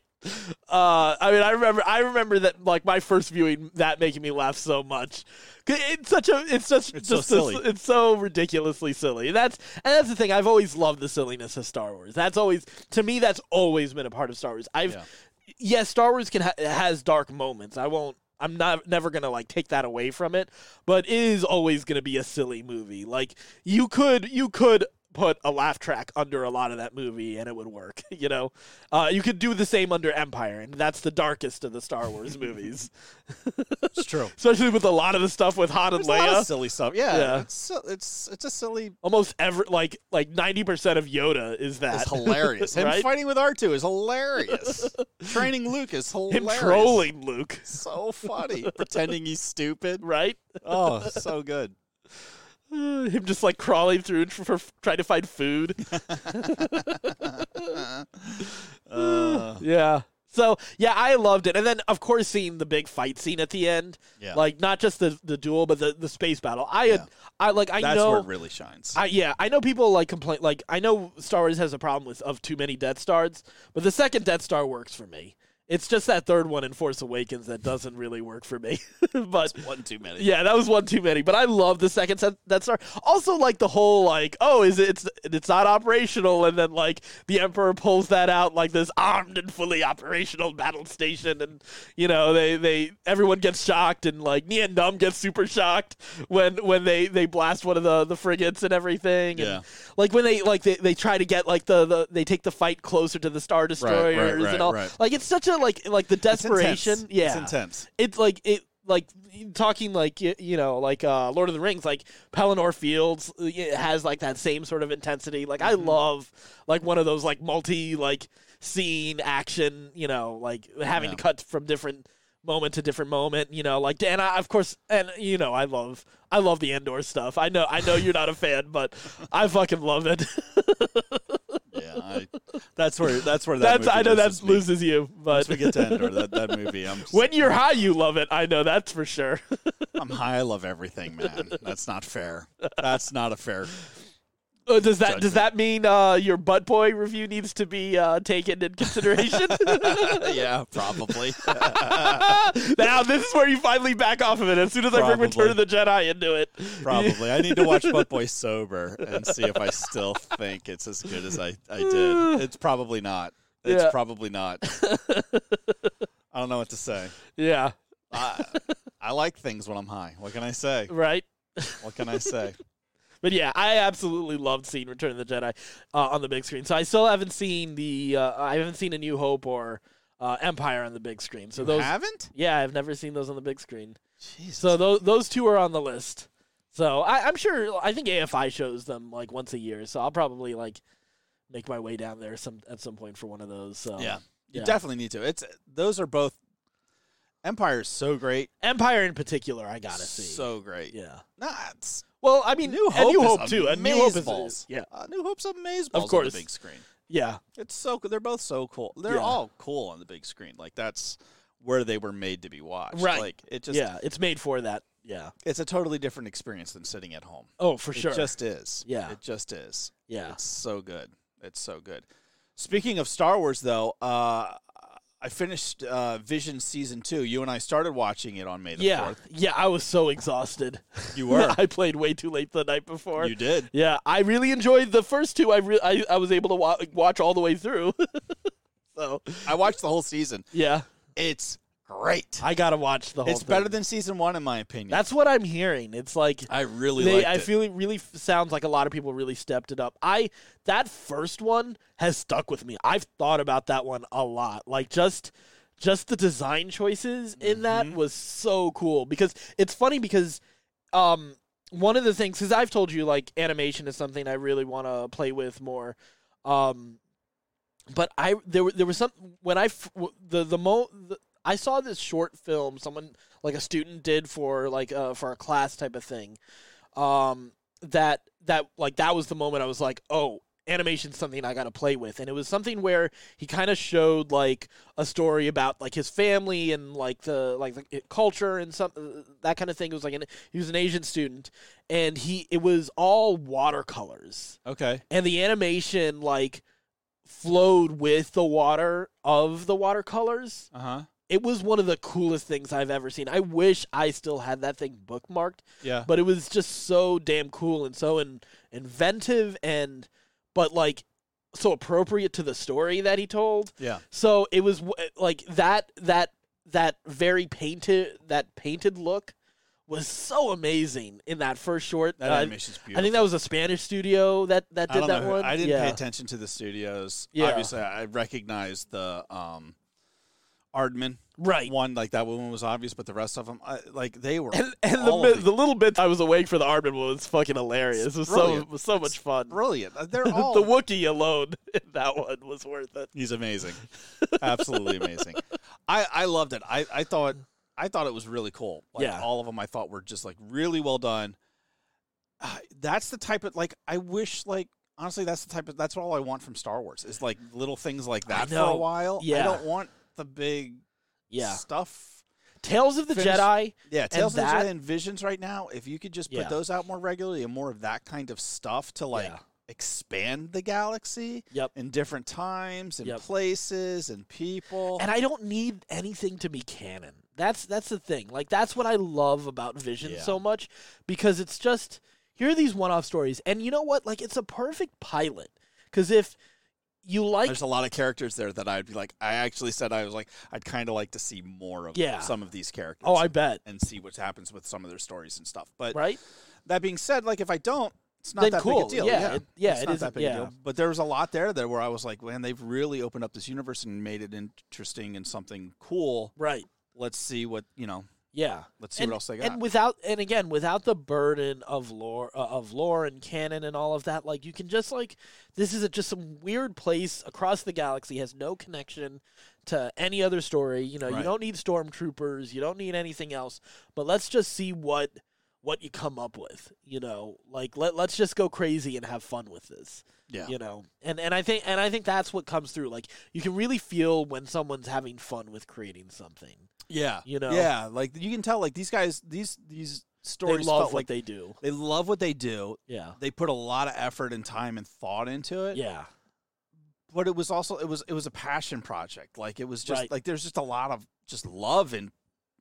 [SPEAKER 1] Uh, I mean, I remember, I remember that like my first viewing, that making me laugh so much. 'Cause It's such a, it's such,
[SPEAKER 2] It's so
[SPEAKER 1] just a-
[SPEAKER 2] silly.
[SPEAKER 1] it's so ridiculously silly. And that's, and that's the thing. I've always loved the silliness of Star Wars. That's always, to me, that's always been a part of Star Wars. I've,
[SPEAKER 2] Yeah.
[SPEAKER 1] yes, Star Wars can ha- has dark moments. I won't. I- I'm not never gonna like take that away from it, but it is always gonna be a silly movie. Like you could you could put a laugh track under a lot of that movie and it would work. <laughs> You know, uh, you could do the same under Empire, and that's the darkest of the Star
[SPEAKER 2] <laughs>
[SPEAKER 1] Wars movies,
[SPEAKER 2] It's true.
[SPEAKER 1] especially with a lot of the stuff with Han and
[SPEAKER 2] There's a lot of
[SPEAKER 1] Leia.
[SPEAKER 2] silly stuff. Yeah,
[SPEAKER 1] Yeah.
[SPEAKER 2] It's, si- it's it's a silly.
[SPEAKER 1] Almost every like like ninety percent of Yoda is <laughs> that
[SPEAKER 2] It's
[SPEAKER 1] <laughs>
[SPEAKER 2] hilarious. Him
[SPEAKER 1] Right?
[SPEAKER 2] fighting with R two
[SPEAKER 1] <laughs>
[SPEAKER 2] is hilarious. Training Luke is
[SPEAKER 1] him
[SPEAKER 2] hilarious.
[SPEAKER 1] trolling Luke,
[SPEAKER 2] So
[SPEAKER 1] <laughs>
[SPEAKER 2] funny. Pretending he's stupid.
[SPEAKER 1] right? <sighs>
[SPEAKER 2] Oh, so good.
[SPEAKER 1] Uh, him just like crawling through for, for trying to find food.
[SPEAKER 2] <laughs>
[SPEAKER 1] <laughs>
[SPEAKER 2] Uh,
[SPEAKER 1] Yeah. So yeah, I loved it, and then of course seeing the big fight scene at the end,
[SPEAKER 2] yeah,
[SPEAKER 1] like not just the the duel, but the, the space battle. I had,
[SPEAKER 2] Yeah.
[SPEAKER 1] I like I
[SPEAKER 2] that's
[SPEAKER 1] know
[SPEAKER 2] where it really shines.
[SPEAKER 1] I yeah, I know people like complain like I know Star Wars has a problem with of too many Death Stars, but the second Death Star works for me. It's just that third one in Force Awakens that doesn't really work for me. <laughs> but
[SPEAKER 2] One too many.
[SPEAKER 1] yeah, that was one too many. But I love the second set Death Star. Also like the whole like, oh, is it it's it's not operational and then like the Emperor pulls that out like this armed and fully operational battle station and you know, they they everyone gets shocked and like Nian Dum gets super shocked when when they they blast one of the the frigates and everything.
[SPEAKER 2] Yeah.
[SPEAKER 1] And like when they like they, they try to get like the, the they take the fight closer to the Star Destroyers
[SPEAKER 2] right,
[SPEAKER 1] and all
[SPEAKER 2] right.
[SPEAKER 1] like it's such a like like the
[SPEAKER 2] It's intense.
[SPEAKER 1] desperation. Yeah
[SPEAKER 2] it's intense.
[SPEAKER 1] it's like it like talking like y- you know like uh lord of the rings like pelennor fields uh, it has like that same sort of intensity like
[SPEAKER 2] Mm-hmm.
[SPEAKER 1] i love like one of those like multi like scene action you know like having
[SPEAKER 2] Yeah.
[SPEAKER 1] to cut from different moment to different moment you know like and i of course and you know i love i love the endor stuff i know i know you're not a fan but i fucking love it <laughs>
[SPEAKER 2] Yeah, I, that's where that's where that
[SPEAKER 1] that's i
[SPEAKER 2] movie
[SPEAKER 1] know
[SPEAKER 2] loses
[SPEAKER 1] that
[SPEAKER 2] me.
[SPEAKER 1] loses you but
[SPEAKER 2] Once we get to Endor, that, that movie, I'm just,
[SPEAKER 1] when you're high you love it i know that's for sure
[SPEAKER 2] I'm high. I love everything, man. That's not fair. That's not
[SPEAKER 1] <laughs>
[SPEAKER 2] a fair.
[SPEAKER 1] Uh, does that does
[SPEAKER 2] judgment.
[SPEAKER 1] that mean uh, your butt boy review needs to be uh, taken in
[SPEAKER 2] <laughs>
[SPEAKER 1] consideration? <laughs>
[SPEAKER 2] yeah, probably.
[SPEAKER 1] now this is where you finally back off of it. As soon as I bring Return of the
[SPEAKER 2] Probably.
[SPEAKER 1] Jedi into it,
[SPEAKER 2] Probably. I need to watch Butt Boy sober and see if I still think it's as good as I, I did. It's probably not. It's
[SPEAKER 1] Yeah.
[SPEAKER 2] probably not. I don't know what to say.
[SPEAKER 1] yeah,
[SPEAKER 2] I, I like things when I'm high. What can I say?
[SPEAKER 1] right.
[SPEAKER 2] What can I say?
[SPEAKER 1] But yeah, I absolutely loved seeing Return of the Jedi uh, on the big screen. So I still haven't seen the uh, I haven't seen A New Hope or uh, Empire on the big screen. So
[SPEAKER 2] You
[SPEAKER 1] <laughs> those
[SPEAKER 2] haven't?
[SPEAKER 1] yeah, I've never seen those on the big screen.
[SPEAKER 2] Jeez.
[SPEAKER 1] So those those two are on the list. So I, I'm sure I think AFI shows them like once a year. So I'll probably like make my way down there some at some point for one of those. So
[SPEAKER 2] yeah, Um, you
[SPEAKER 1] yeah.
[SPEAKER 2] definitely need to. It's those are both. Empire is so great.
[SPEAKER 1] Empire in particular, I gotta see.
[SPEAKER 2] So great.
[SPEAKER 1] yeah.
[SPEAKER 2] Nah, it's
[SPEAKER 1] Well, I mean,
[SPEAKER 2] New
[SPEAKER 1] and
[SPEAKER 2] Hope,
[SPEAKER 1] New
[SPEAKER 2] is
[SPEAKER 1] Hope too. And New Hope is-
[SPEAKER 2] amazeballs.
[SPEAKER 1] is yeah,
[SPEAKER 2] Uh, New Hope's amazeballs on
[SPEAKER 1] course.
[SPEAKER 2] the big screen.
[SPEAKER 1] yeah,
[SPEAKER 2] It's so cool. They're both so cool. They're
[SPEAKER 1] Yeah.
[SPEAKER 2] all cool on the big screen. Like that's where they were made to be watched.
[SPEAKER 1] Right.
[SPEAKER 2] Like it just
[SPEAKER 1] yeah. It's made for that. Yeah.
[SPEAKER 2] it's a totally different experience than sitting at home.
[SPEAKER 1] Oh, for sure.
[SPEAKER 2] It just is.
[SPEAKER 1] Yeah.
[SPEAKER 2] It just is.
[SPEAKER 1] yeah.
[SPEAKER 2] It's so good. It's so good. Speaking of Star Wars, though, uh, I finished uh, Vision season two. You and I started watching it on May the
[SPEAKER 1] Yeah.
[SPEAKER 2] fourth.
[SPEAKER 1] Yeah. I was so exhausted.
[SPEAKER 2] You were.
[SPEAKER 1] <laughs> I played way too late the night before.
[SPEAKER 2] you did.
[SPEAKER 1] Yeah, I really enjoyed the first two. I re- I, I was able to wa- watch all the way through. <laughs> so
[SPEAKER 2] I watched the whole season.
[SPEAKER 1] yeah,
[SPEAKER 2] It's great.
[SPEAKER 1] I gotta watch the whole.
[SPEAKER 2] It's better
[SPEAKER 1] thing.
[SPEAKER 2] than season one, in my opinion.
[SPEAKER 1] that's what I'm hearing. It's like
[SPEAKER 2] I really
[SPEAKER 1] they,
[SPEAKER 2] liked
[SPEAKER 1] I
[SPEAKER 2] it.
[SPEAKER 1] feel it really f- sounds like a lot of people really stepped it up. I that first one has stuck with me. I've thought about that one a lot. Like just just the design choices in that
[SPEAKER 2] Mm-hmm.
[SPEAKER 1] was so cool because it's funny because um one of the things cuz I've told you like animation is something I really want to play with more um but I there were there was some when I f- w- the the mo the, I saw this short film someone like a student did for like uh, for a class type of thing um, that that like that was the moment I was like, oh, animation's something I got to play with, and it was something where he kind of showed like a story about like his family and like the like the it- culture and some uh, that kind of thing. It was like an he was an Asian student, and he it was all watercolors
[SPEAKER 2] okay.
[SPEAKER 1] and the animation like flowed with the water of the watercolors
[SPEAKER 2] Uh huh.
[SPEAKER 1] it was one of the coolest things i've ever seen i wish i still had that thing bookmarked
[SPEAKER 2] Yeah.
[SPEAKER 1] but it was just so damn cool and so in, inventive and but like so appropriate to the story that he told
[SPEAKER 2] yeah.
[SPEAKER 1] so it was w- like that that
[SPEAKER 5] that very painted that painted look was so amazing in that first short.
[SPEAKER 2] That
[SPEAKER 5] Uh,
[SPEAKER 2] animation's beautiful.
[SPEAKER 5] I think that was a Spanish studio that that
[SPEAKER 2] I
[SPEAKER 5] did
[SPEAKER 2] don't
[SPEAKER 5] that
[SPEAKER 2] know who-
[SPEAKER 5] one.
[SPEAKER 2] I didn't
[SPEAKER 5] yeah.
[SPEAKER 2] pay attention to the studios.
[SPEAKER 5] Yeah.
[SPEAKER 2] Obviously, I recognized the um, Ardman
[SPEAKER 5] Right.
[SPEAKER 2] one. Like that one was obvious, but the rest of them, I, like they were
[SPEAKER 5] And, and the
[SPEAKER 2] all of
[SPEAKER 5] mi- the little bits I was awake for the Armin one was fucking hilarious. It was so
[SPEAKER 2] brilliant.
[SPEAKER 5] was so much fun.
[SPEAKER 2] brilliant. Uh, They're all
[SPEAKER 5] <laughs> the Wookiee alone in that one was worth it.
[SPEAKER 2] He's amazing, absolutely amazing. <laughs> I, I loved it. I, I thought I thought it was really cool. Like,
[SPEAKER 5] Yeah.
[SPEAKER 2] all of them I thought were just like really well done. Uh, that's the type of like I wish like honestly that's the type of that's all I want from Star Wars is like little things like that for
[SPEAKER 5] know.
[SPEAKER 2] a while. I
[SPEAKER 5] Yeah.
[SPEAKER 2] don't want the big
[SPEAKER 5] Yeah.
[SPEAKER 2] stuff.
[SPEAKER 5] Tales of the
[SPEAKER 2] Finish-
[SPEAKER 5] Jedi.
[SPEAKER 2] Yeah, Tales of
[SPEAKER 5] that-
[SPEAKER 2] the Jedi and Visions right now. If you could just put
[SPEAKER 5] Yeah.
[SPEAKER 2] those out more regularly and more of that kind of stuff to like
[SPEAKER 5] Yeah.
[SPEAKER 2] expand the galaxy
[SPEAKER 5] Yep.
[SPEAKER 2] in different times and
[SPEAKER 5] Yep.
[SPEAKER 2] places and people.
[SPEAKER 5] And I don't need anything to be canon. That's that's the thing. Like that's what I love about Vision
[SPEAKER 2] Yeah.
[SPEAKER 5] so much because it's just here are these one-off stories, and you know what? Like it's a perfect pilot because if you like
[SPEAKER 2] There's a lot of characters there that I'd be like, I actually said I was like, I'd kind of like to see more of
[SPEAKER 5] Yeah.
[SPEAKER 2] some of these characters.
[SPEAKER 5] oh, I bet
[SPEAKER 2] and see what happens with some of their stories and stuff. But
[SPEAKER 5] right.
[SPEAKER 2] that being said, like if I don't, it's not
[SPEAKER 5] Then
[SPEAKER 2] that big
[SPEAKER 5] cool.
[SPEAKER 2] a deal.
[SPEAKER 5] Yeah, it- yeah,
[SPEAKER 2] it's
[SPEAKER 5] it
[SPEAKER 2] not
[SPEAKER 5] isn't-
[SPEAKER 2] that big
[SPEAKER 5] yeah.
[SPEAKER 2] a deal. But there was a lot there that where I was like, man, they've really opened up this universe and made it interesting and something cool.
[SPEAKER 5] Right.
[SPEAKER 2] Let's see what you know.
[SPEAKER 5] Yeah.
[SPEAKER 2] Let's see
[SPEAKER 5] and,
[SPEAKER 2] what else they got.
[SPEAKER 5] and without and again without the burden of lore uh, of lore and canon and all of that like you can just like this is a, just some weird place across the galaxy has no connection to any other story you know you
[SPEAKER 2] Right.
[SPEAKER 5] don't need stormtroopers you don't need anything else but let's just see what what you come up with you know like let, let's just go crazy and have fun with this
[SPEAKER 2] yeah.
[SPEAKER 5] you know and and i think and i think that's what comes through like you can really feel when someone's having fun with creating something
[SPEAKER 2] Yeah.
[SPEAKER 5] You know?
[SPEAKER 2] Yeah. Like you can tell like these guys these these stories
[SPEAKER 5] they love
[SPEAKER 2] felt
[SPEAKER 5] what
[SPEAKER 2] like
[SPEAKER 5] they do
[SPEAKER 2] they love what they do.
[SPEAKER 5] yeah
[SPEAKER 2] They put a lot of effort and time and thought into it.
[SPEAKER 5] yeah
[SPEAKER 2] But it was also it was it was a passion project. Like it was just
[SPEAKER 5] Right.
[SPEAKER 2] like there's just a lot of just love and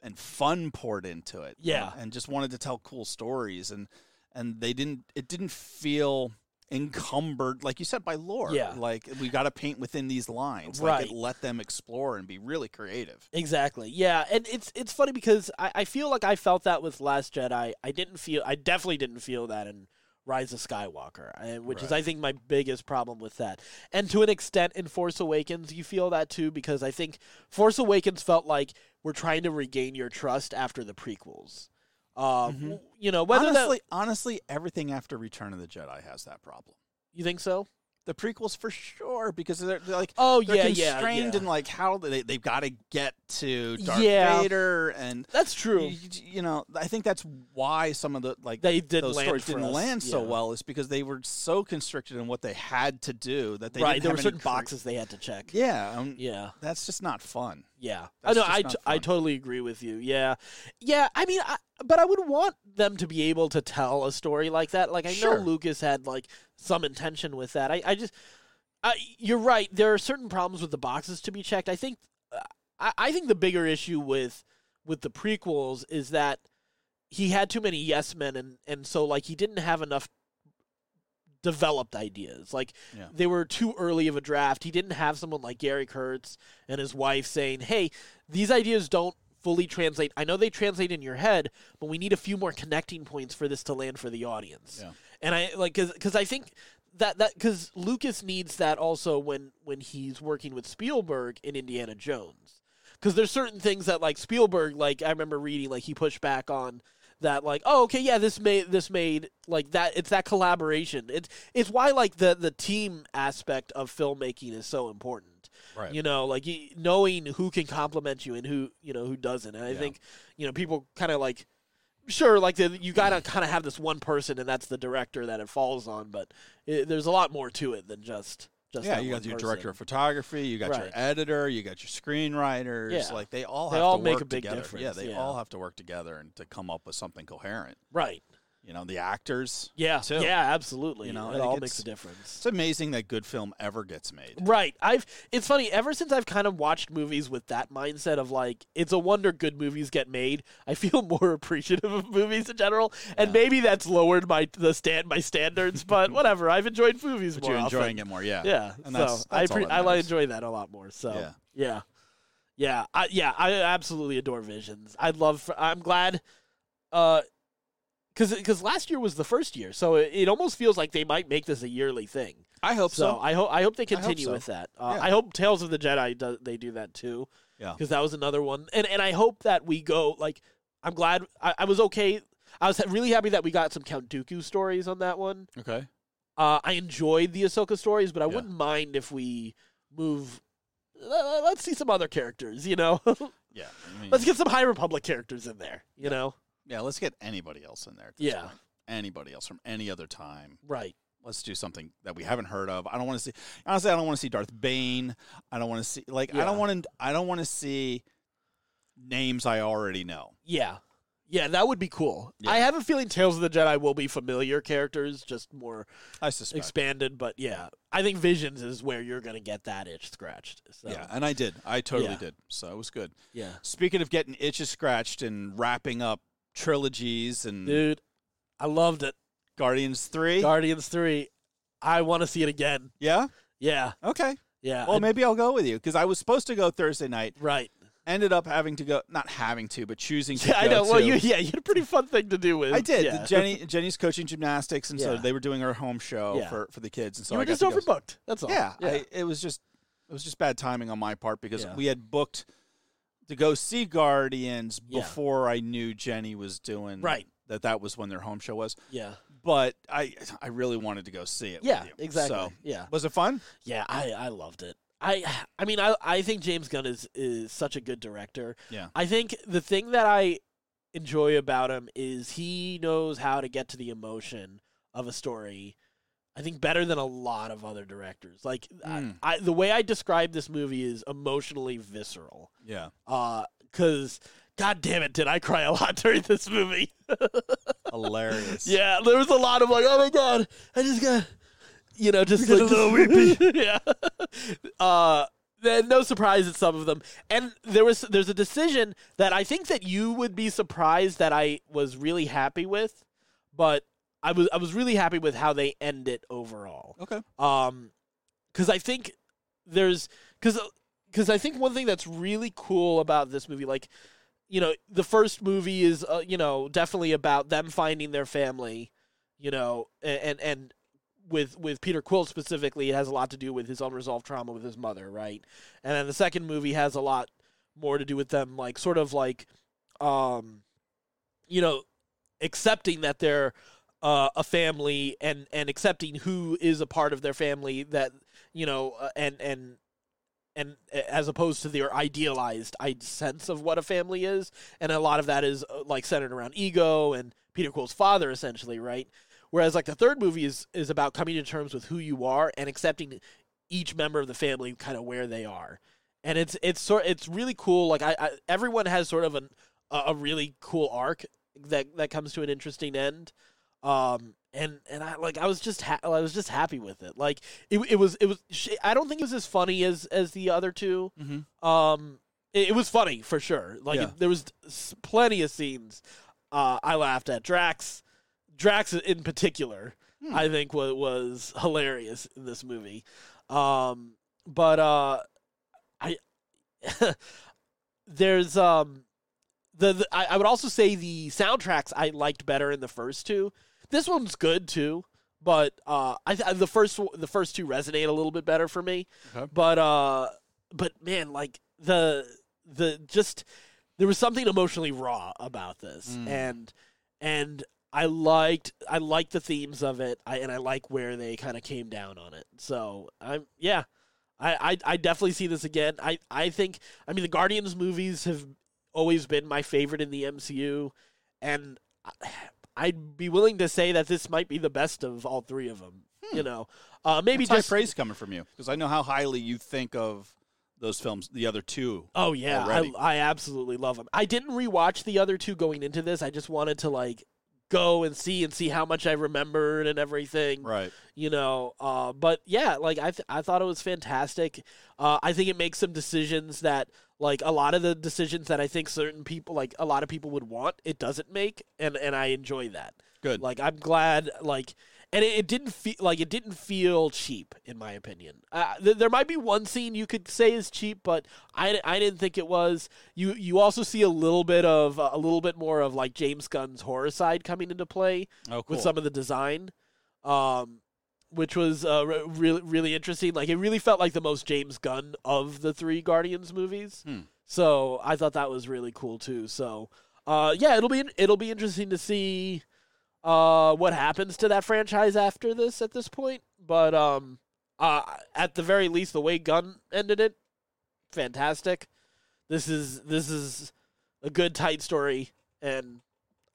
[SPEAKER 2] and fun poured into it. you know,
[SPEAKER 5] Yeah.
[SPEAKER 2] And just wanted to tell cool stories and and they didn't it didn't feel encumbered like you said by lore.
[SPEAKER 5] Yeah.
[SPEAKER 2] Like we gotta paint within these lines. Like
[SPEAKER 5] Right.
[SPEAKER 2] it let them explore and be really creative.
[SPEAKER 5] Exactly. Yeah, and it's it's funny because I, I feel like I felt that with Last Jedi. I didn't feel. I definitely didn't feel that in Rise of Skywalker, I- which is
[SPEAKER 2] Right.
[SPEAKER 5] I think my biggest problem with that. And to an extent, in Force Awakens, you feel that too because I think Force Awakens felt like we're trying to regain your trust after the prequels. Um,
[SPEAKER 2] Mhm.
[SPEAKER 5] you know whether that-
[SPEAKER 2] honestly, honestly, everything after Return of the Jedi has that problem.
[SPEAKER 5] you think so.
[SPEAKER 2] The prequels for sure, because they're, they're like
[SPEAKER 5] Oh
[SPEAKER 2] they're
[SPEAKER 5] yeah, yeah, yeah.
[SPEAKER 2] constrained in like how they they've got to get to Darth
[SPEAKER 5] Yeah.
[SPEAKER 2] Vader and
[SPEAKER 5] That's
[SPEAKER 2] you,
[SPEAKER 5] true.
[SPEAKER 2] you- you know I think that's why some of the like
[SPEAKER 5] They didn't
[SPEAKER 2] those
[SPEAKER 5] land
[SPEAKER 2] stories
[SPEAKER 5] for
[SPEAKER 2] didn't
[SPEAKER 5] us.
[SPEAKER 2] land so
[SPEAKER 5] Yeah.
[SPEAKER 2] well is because they were so constricted in what they had to do that they
[SPEAKER 5] right,
[SPEAKER 2] didn't
[SPEAKER 5] there
[SPEAKER 2] have
[SPEAKER 5] were certain
[SPEAKER 2] any cre-
[SPEAKER 5] boxes they had to check.
[SPEAKER 2] Yeah, um,
[SPEAKER 5] yeah.
[SPEAKER 2] that's just not fun.
[SPEAKER 5] Yeah. I
[SPEAKER 2] That's
[SPEAKER 5] know.
[SPEAKER 2] just
[SPEAKER 5] I,
[SPEAKER 2] not
[SPEAKER 5] t- I
[SPEAKER 2] fun.
[SPEAKER 5] totally agree with you. Yeah. Yeah. I mean, I, but I would want them to be able to tell a story like that. Like, I
[SPEAKER 2] Sure.
[SPEAKER 5] know Lucas had, like, some intention with that. I, I just, I, you're right. There are certain problems with the boxes to be checked. I think, I, I think the bigger issue with, with the prequels is that he had too many yes men and, and so, like, he didn't have enough developed ideas. Like,
[SPEAKER 2] Yeah.
[SPEAKER 5] they were too early of a draft. He didn't have someone like Gary Kurtz and his wife saying, "Hey, these ideas don't fully translate. I know they translate in your head, but we need a few more connecting points for this to land for the audience."
[SPEAKER 2] Yeah.
[SPEAKER 5] And I like because I think that that because Lucas needs that also when when he's working with Spielberg in Indiana Jones because there's certain things that like Spielberg like I remember reading like he pushed back on that like oh okay yeah this made this made like that it's that collaboration it's it's why like the the team aspect of filmmaking is so important
[SPEAKER 2] Right.
[SPEAKER 5] you know like y knowing who can compliment you and who you know who doesn't and I
[SPEAKER 2] Yeah.
[SPEAKER 5] think you know people kind of like sure like the, you gotta kind of have this one person and that's the director that it falls on but it, there's a lot more to it than just just
[SPEAKER 2] Yeah,
[SPEAKER 5] that
[SPEAKER 2] you
[SPEAKER 5] one
[SPEAKER 2] got your
[SPEAKER 5] person.
[SPEAKER 2] director of photography, you got your
[SPEAKER 5] Right.
[SPEAKER 2] editor, you got your screenwriters.
[SPEAKER 5] Yeah.
[SPEAKER 2] Like they all
[SPEAKER 5] They
[SPEAKER 2] have
[SPEAKER 5] all
[SPEAKER 2] to
[SPEAKER 5] make a
[SPEAKER 2] work
[SPEAKER 5] big
[SPEAKER 2] together. Yeah,
[SPEAKER 5] difference,
[SPEAKER 2] they
[SPEAKER 5] yeah.
[SPEAKER 2] all have to work together and to come up with something coherent.
[SPEAKER 5] right
[SPEAKER 2] You know, the actors.
[SPEAKER 5] yeah
[SPEAKER 2] too.
[SPEAKER 5] yeah absolutely
[SPEAKER 2] You know, I
[SPEAKER 5] it
[SPEAKER 2] think
[SPEAKER 5] all
[SPEAKER 2] it's-
[SPEAKER 5] makes a difference
[SPEAKER 2] It's amazing that good film ever gets made.
[SPEAKER 5] Right. I've it's funny, ever since I've kind of watched movies with that mindset of like, it's a wonder good movies get made, I feel <laughs> more appreciative of movies in general. And maybe that's lowered my the stand my standards, but
[SPEAKER 2] <laughs>
[SPEAKER 5] whatever. I've enjoyed movies
[SPEAKER 2] But
[SPEAKER 5] more
[SPEAKER 2] you're enjoying
[SPEAKER 5] often.
[SPEAKER 2] it more, yeah.
[SPEAKER 5] Yeah.
[SPEAKER 2] And
[SPEAKER 5] so
[SPEAKER 2] that's-
[SPEAKER 5] I
[SPEAKER 2] that's all
[SPEAKER 5] pre-
[SPEAKER 2] that
[SPEAKER 5] I like
[SPEAKER 2] matters.
[SPEAKER 5] enjoy that a lot more. So
[SPEAKER 2] Yeah.
[SPEAKER 5] yeah. Yeah, I, yeah, I absolutely adore Visions. I love. fr- I'm glad, because because last year was the first year, so it, it almost feels like they might make this a yearly thing.
[SPEAKER 2] I hope
[SPEAKER 5] so, I hope I hope they
[SPEAKER 2] hope
[SPEAKER 5] continue
[SPEAKER 2] so.
[SPEAKER 5] with that. Uh,
[SPEAKER 2] Yeah.
[SPEAKER 5] I hope Tales of the Jedi do, they do that too.
[SPEAKER 2] Yeah.
[SPEAKER 5] because that was another one, and and I hope that we go like I'm glad I, I was okay. I was really happy that we got some Count Dooku stories on that one.
[SPEAKER 2] Okay.
[SPEAKER 5] Uh, I enjoyed the Ahsoka stories, but I
[SPEAKER 2] Yeah.
[SPEAKER 5] wouldn't mind if we move. le- Let's see some other characters, you know. <laughs>
[SPEAKER 2] Yeah. I mean,
[SPEAKER 5] Let's get some High Republic characters in there, you know.
[SPEAKER 2] yeah. Let's get anybody else in there. at this
[SPEAKER 5] Yeah.
[SPEAKER 2] point. Anybody else from any other time.
[SPEAKER 5] Right.
[SPEAKER 2] Let's do something that we haven't heard of. I don't want to see. Honestly, I don't want to see Darth Bane. I don't want to see. Like, I
[SPEAKER 5] Yeah.
[SPEAKER 2] don't want to. I don't want to see names I already know.
[SPEAKER 5] Yeah. Yeah, that would be cool.
[SPEAKER 2] Yeah.
[SPEAKER 5] I have a feeling Tales of the Jedi will be familiar characters, just more
[SPEAKER 2] I suspect.
[SPEAKER 5] expanded. But yeah, I think Visions is where you're gonna get that itch scratched. So,
[SPEAKER 2] Yeah, and I did. I totally
[SPEAKER 5] Yeah.
[SPEAKER 2] did. So it was good.
[SPEAKER 5] yeah,
[SPEAKER 2] Speaking of getting itches scratched and wrapping up trilogies and
[SPEAKER 5] dude, I loved it.
[SPEAKER 2] Guardians Three.
[SPEAKER 5] Guardians Three, I want to see it again.
[SPEAKER 2] yeah.
[SPEAKER 5] Yeah,
[SPEAKER 2] Okay.
[SPEAKER 5] yeah.
[SPEAKER 2] Well,
[SPEAKER 5] I-
[SPEAKER 2] maybe I'll go with you because I was supposed to go Thursday night.
[SPEAKER 5] right.
[SPEAKER 2] Ended up having to go, not having to, but choosing to
[SPEAKER 5] Yeah, I
[SPEAKER 2] go
[SPEAKER 5] know. Well,
[SPEAKER 2] to-
[SPEAKER 5] you yeah, you had a pretty fun thing to do with.
[SPEAKER 2] I did.
[SPEAKER 5] Yeah. <laughs>
[SPEAKER 2] Jenny Jenny's coaching gymnastics, and so
[SPEAKER 5] Yeah.
[SPEAKER 2] they were doing her home show
[SPEAKER 5] Yeah.
[SPEAKER 2] for, for the kids, and so
[SPEAKER 5] you
[SPEAKER 2] I
[SPEAKER 5] were
[SPEAKER 2] got
[SPEAKER 5] just
[SPEAKER 2] to go.
[SPEAKER 5] overbooked. That's all.
[SPEAKER 2] Yeah, I, it was just it was just bad timing on my part because
[SPEAKER 5] Yeah.
[SPEAKER 2] we had booked to go see Guardians
[SPEAKER 5] Yeah.
[SPEAKER 2] before I knew Jenny was doing
[SPEAKER 5] Right.
[SPEAKER 2] that that was when their home show was.
[SPEAKER 5] yeah,
[SPEAKER 2] But I I really wanted to go see it.
[SPEAKER 5] yeah.
[SPEAKER 2] with you.
[SPEAKER 5] Exactly.
[SPEAKER 2] So
[SPEAKER 5] Yeah.
[SPEAKER 2] was it fun?
[SPEAKER 5] Yeah, I, I loved it. I I mean I I think James Gunn is is such a good director.
[SPEAKER 2] Yeah.
[SPEAKER 5] I think the thing that I enjoy about him is he knows how to get to the emotion of a story. I think better than a lot of other directors. Like
[SPEAKER 2] Mm.
[SPEAKER 5] I, I, the way I describe this movie is emotionally visceral.
[SPEAKER 2] Yeah.
[SPEAKER 5] Uh 'cause cuz god damn it did I cry a lot <laughs> during this movie.
[SPEAKER 2] <laughs> Hilarious.
[SPEAKER 5] Yeah, there was a lot of like, oh my god, I just got, you know, just like,
[SPEAKER 2] a little weepy.
[SPEAKER 5] <laughs> yeah. Uh, then no surprise at some of them, and there was there's a decision that I think that you would be surprised that I was really happy with, but I was I was really happy with how they end it overall.
[SPEAKER 2] Okay.
[SPEAKER 5] Um, because I think there's because because I think one thing that's really cool about this movie, like you know, the first movie is uh, you know definitely about them finding their family, you know, a- and and with with Peter Quill specifically, it has a lot to do with his unresolved trauma with his mother, right? And then the second movie has a lot more to do with them, like sort of like, um, you know, accepting that they're uh, a family and and accepting who is a part of their family that you know uh, and and and as opposed to their idealized i- sense of what a family is and a lot of that is uh, like centered around ego and peter quill's father essentially right whereas like the third movie is is about coming to terms with who you are and accepting each member of the family kind of where they are and it's it's sort it's really cool like i, I everyone has sort of an, a a really cool arc that that comes to an interesting end um and and i like i was just ha- i was just happy with it like it, it was it was sh- i don't think it was as funny as as the other two
[SPEAKER 2] Mm-hmm.
[SPEAKER 5] um it, it was funny for sure like
[SPEAKER 2] Yeah.
[SPEAKER 5] there was s- plenty of scenes uh i laughed at drax drax in particular
[SPEAKER 2] Hmm.
[SPEAKER 5] i think was was hilarious in this movie um but uh i <laughs> there's um the, the I, I would also say the soundtracks i liked better in the first two this one's good too but uh i th- the first w- the first two resonate a little bit better for me
[SPEAKER 2] Okay.
[SPEAKER 5] but uh but man like the the just there was something emotionally raw about this
[SPEAKER 2] Mm.
[SPEAKER 5] and and i liked i liked the themes of it I, and i like where they kind of came down on it so i'm yeah I, I i definitely see this again i i think i mean the guardians movies have always been my favorite in the mcu and <sighs> I- i'd be willing to say that this might be the best of all three of them you know uh maybe
[SPEAKER 2] It's Hmm. high
[SPEAKER 5] just
[SPEAKER 2] praise coming from you because I know how highly you think of those films. The other two.
[SPEAKER 5] Oh yeah, I,
[SPEAKER 2] already.
[SPEAKER 5] I absolutely love them. I didn't rewatch the other two going into this. I just wanted to like go and see and see how much I remembered and everything.
[SPEAKER 2] Right.
[SPEAKER 5] You know, uh, but yeah, like I th- I thought it was fantastic. Uh, I think it makes some decisions that like a lot of the decisions that I think certain people like a lot of people would want it doesn't make, and and I enjoy that.
[SPEAKER 2] Good.
[SPEAKER 5] Like I'm glad like and it, it didn't feel like it didn't feel cheap in my opinion. Uh, th- there might be one scene you could say is cheap, but I, I didn't think it was. You you also see a little bit of a little bit more of like James Gunn's horror side coming into play
[SPEAKER 2] Oh,
[SPEAKER 5] with some of the design, um, which was uh, re- really really interesting. Like it really felt like the most James Gunn of the three Guardians movies.
[SPEAKER 2] Hmm.
[SPEAKER 5] So I thought that was really cool too. So uh, yeah, it'll be it'll be interesting to see uh, what happens to that franchise after this. At this point, but um, uh, at the very least, the way Gunn ended it, fantastic. This is this is a good tight story and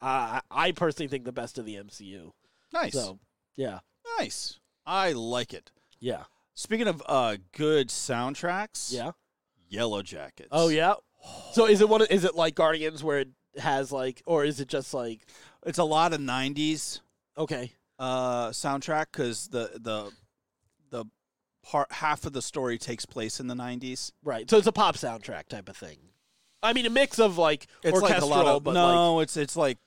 [SPEAKER 5] I I personally think the best of the MCU.
[SPEAKER 2] nice,
[SPEAKER 5] So yeah,
[SPEAKER 2] nice. I like it.
[SPEAKER 5] yeah,
[SPEAKER 2] Speaking of uh, good soundtracks,
[SPEAKER 5] yeah.
[SPEAKER 2] Yellow Jackets.
[SPEAKER 5] Oh yeah. So is it one? Of, is it like Guardians where it has like, or is it just like
[SPEAKER 2] it's a lot of '90s
[SPEAKER 5] okay?
[SPEAKER 2] uh, soundtrack because the the the part half of the story takes place in the '90s.
[SPEAKER 5] Right. So it's a pop soundtrack type of thing. I mean, a mix of like
[SPEAKER 2] It's
[SPEAKER 5] orchestral,
[SPEAKER 2] like a lot of
[SPEAKER 5] but like
[SPEAKER 2] no, it's it's like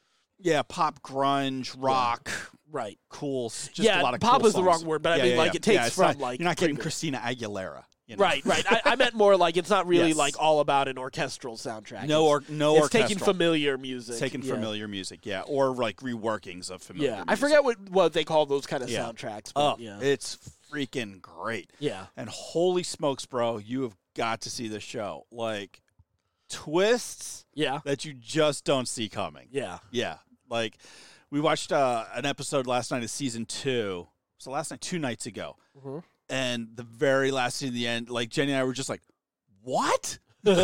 [SPEAKER 2] yeah, pop, grunge, rock,
[SPEAKER 5] right.
[SPEAKER 2] cool. s- Just
[SPEAKER 5] Yeah,
[SPEAKER 2] a lot of
[SPEAKER 5] pop
[SPEAKER 2] cool
[SPEAKER 5] is the wrong
[SPEAKER 2] songs.
[SPEAKER 5] word, but I
[SPEAKER 2] Yeah,
[SPEAKER 5] mean,
[SPEAKER 2] yeah,
[SPEAKER 5] like,
[SPEAKER 2] yeah.
[SPEAKER 5] it takes
[SPEAKER 2] Yeah, it's
[SPEAKER 5] from,
[SPEAKER 2] not-
[SPEAKER 5] like,
[SPEAKER 2] you're not getting
[SPEAKER 5] previous-
[SPEAKER 2] Christina Aguilera, you know?
[SPEAKER 5] Right, right. I, I meant more like it's not really
[SPEAKER 2] Yes.
[SPEAKER 5] like all about an orchestral soundtrack.
[SPEAKER 2] No or
[SPEAKER 5] it's,
[SPEAKER 2] no
[SPEAKER 5] it's
[SPEAKER 2] orchestral.
[SPEAKER 5] taking familiar music.
[SPEAKER 2] It's taking
[SPEAKER 5] yeah.
[SPEAKER 2] familiar music, yeah, or like reworkings of familiar.
[SPEAKER 5] Yeah, I
[SPEAKER 2] music.
[SPEAKER 5] forget what what they call those kind of
[SPEAKER 2] Yeah.
[SPEAKER 5] soundtracks. But
[SPEAKER 2] Oh,
[SPEAKER 5] yeah,
[SPEAKER 2] it's freaking great.
[SPEAKER 5] yeah.
[SPEAKER 2] And holy smokes, bro, you have got to see the show. Like twists
[SPEAKER 5] Yeah.
[SPEAKER 2] that you just don't see coming.
[SPEAKER 5] Yeah.
[SPEAKER 2] Yeah. Like we watched uh, an episode last night of season two. So last night, two nights ago.
[SPEAKER 5] Mhm.
[SPEAKER 2] And the very last scene in the end, like Jenny and I were just like,
[SPEAKER 5] <laughs>
[SPEAKER 2] What? what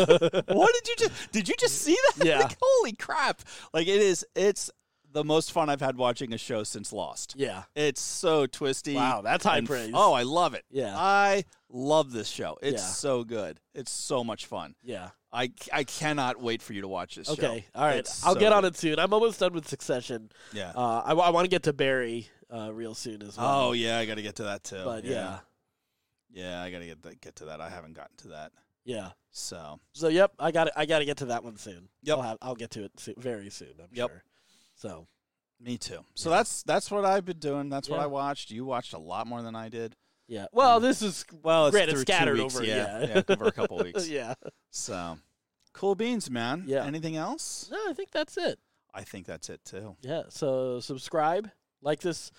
[SPEAKER 2] did you just did you just see that?
[SPEAKER 5] Yeah.
[SPEAKER 2] <laughs> Like, holy crap. Like it is it's the most fun I've had watching a show since Lost.
[SPEAKER 5] Yeah.
[SPEAKER 2] It's so twisty.
[SPEAKER 5] Wow, that's high
[SPEAKER 2] and f-
[SPEAKER 5] praise.
[SPEAKER 2] Oh, I love it.
[SPEAKER 5] Yeah.
[SPEAKER 2] I love this show. It's
[SPEAKER 5] Yeah.
[SPEAKER 2] so good. It's so much fun.
[SPEAKER 5] Yeah.
[SPEAKER 2] I, I cannot wait for you to watch this show.
[SPEAKER 5] Okay. All right.
[SPEAKER 2] It's
[SPEAKER 5] I'll
[SPEAKER 2] so
[SPEAKER 5] get on
[SPEAKER 2] good.
[SPEAKER 5] it soon. I'm almost done with Succession.
[SPEAKER 2] Yeah.
[SPEAKER 5] Uh, I, want to get to Barry uh, real soon as well.
[SPEAKER 2] Oh yeah, I got to get to that too.
[SPEAKER 5] But yeah.
[SPEAKER 2] yeah, I got to get that, get to that. I haven't gotten to that.
[SPEAKER 5] Yeah.
[SPEAKER 2] So
[SPEAKER 5] So yep, I got I got to get to that one soon.
[SPEAKER 2] Yep.
[SPEAKER 5] I'll, have, I'll get to it soo- very soon. I'm
[SPEAKER 2] Yep.
[SPEAKER 5] sure. So
[SPEAKER 2] me too. So that's that's what I've been doing. That's what
[SPEAKER 5] Yeah.
[SPEAKER 2] I watched. You watched a lot more than I did.
[SPEAKER 5] yeah. Well, this is <laughs>
[SPEAKER 2] Well, it's
[SPEAKER 5] Granted,
[SPEAKER 2] through two
[SPEAKER 5] scattered
[SPEAKER 2] weeks,
[SPEAKER 5] over, <laughs>
[SPEAKER 2] yeah,
[SPEAKER 5] yeah.
[SPEAKER 2] over a couple weeks.
[SPEAKER 5] yeah.
[SPEAKER 2] So cool beans, man.
[SPEAKER 5] Yeah.
[SPEAKER 2] Anything else?
[SPEAKER 5] No, I think that's it.
[SPEAKER 2] I think that's it too.
[SPEAKER 5] Yeah. So subscribe, like this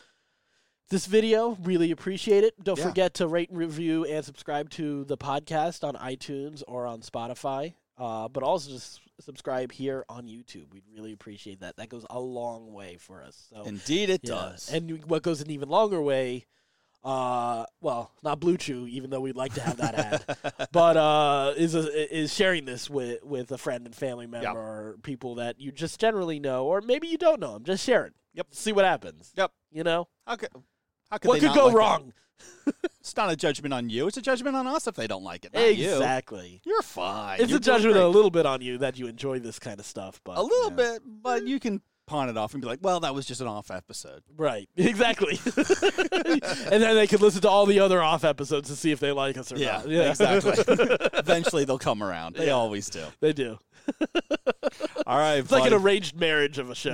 [SPEAKER 5] this video. Really appreciate it. Don't
[SPEAKER 2] Yeah.
[SPEAKER 5] forget to rate and review and subscribe to the podcast on iTunes or on Spotify. Uh, but also just subscribe here on YouTube. We'd really appreciate that. That goes a long way for us. So
[SPEAKER 2] Indeed, it
[SPEAKER 5] yeah.
[SPEAKER 2] does.
[SPEAKER 5] And what goes an even longer way, uh, well, not Blue Chew, even though we'd like to have that ad but uh, is is sharing this with with a friend and family member
[SPEAKER 2] Yeah.
[SPEAKER 5] or people that you just generally know, or maybe you don't know them. Just share it.
[SPEAKER 2] Yep.
[SPEAKER 5] See what happens.
[SPEAKER 2] Yep.
[SPEAKER 5] You know
[SPEAKER 2] <laughs> how could how could
[SPEAKER 5] what
[SPEAKER 2] they
[SPEAKER 5] could
[SPEAKER 2] not
[SPEAKER 5] go
[SPEAKER 2] like it?
[SPEAKER 5] wrong?
[SPEAKER 2] It's not a judgment on you. It's a judgment on us if they don't like it. Not
[SPEAKER 5] Exactly.
[SPEAKER 2] You. You're fine.
[SPEAKER 5] It's
[SPEAKER 2] You're
[SPEAKER 5] a
[SPEAKER 2] doing
[SPEAKER 5] judgment
[SPEAKER 2] great.
[SPEAKER 5] a little bit on you that you enjoy this kind of stuff, but
[SPEAKER 2] a little
[SPEAKER 5] Yeah.
[SPEAKER 2] bit, but you can pawn it off and be like, "Well, that was just an off episode."
[SPEAKER 5] right? <laughs>
[SPEAKER 2] <laughs>
[SPEAKER 5] Exactly. and then they could listen to all the other off episodes to see if they like us or
[SPEAKER 2] Yeah,
[SPEAKER 5] not. <laughs>
[SPEAKER 2] exactly. Eventually, they'll come around. They always do.
[SPEAKER 5] They do.
[SPEAKER 2] All right,
[SPEAKER 5] It's like an arranged marriage of a show.
[SPEAKER 2] <laughs>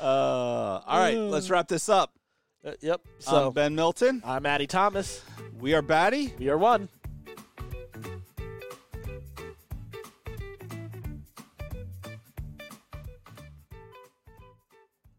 [SPEAKER 2] uh, all right, let's wrap this up.
[SPEAKER 5] Uh, yep.
[SPEAKER 2] So
[SPEAKER 5] Mm. So
[SPEAKER 2] I'm Ben Milton.
[SPEAKER 5] I'm Addie Thomas.
[SPEAKER 2] We are Batty.
[SPEAKER 5] We are one.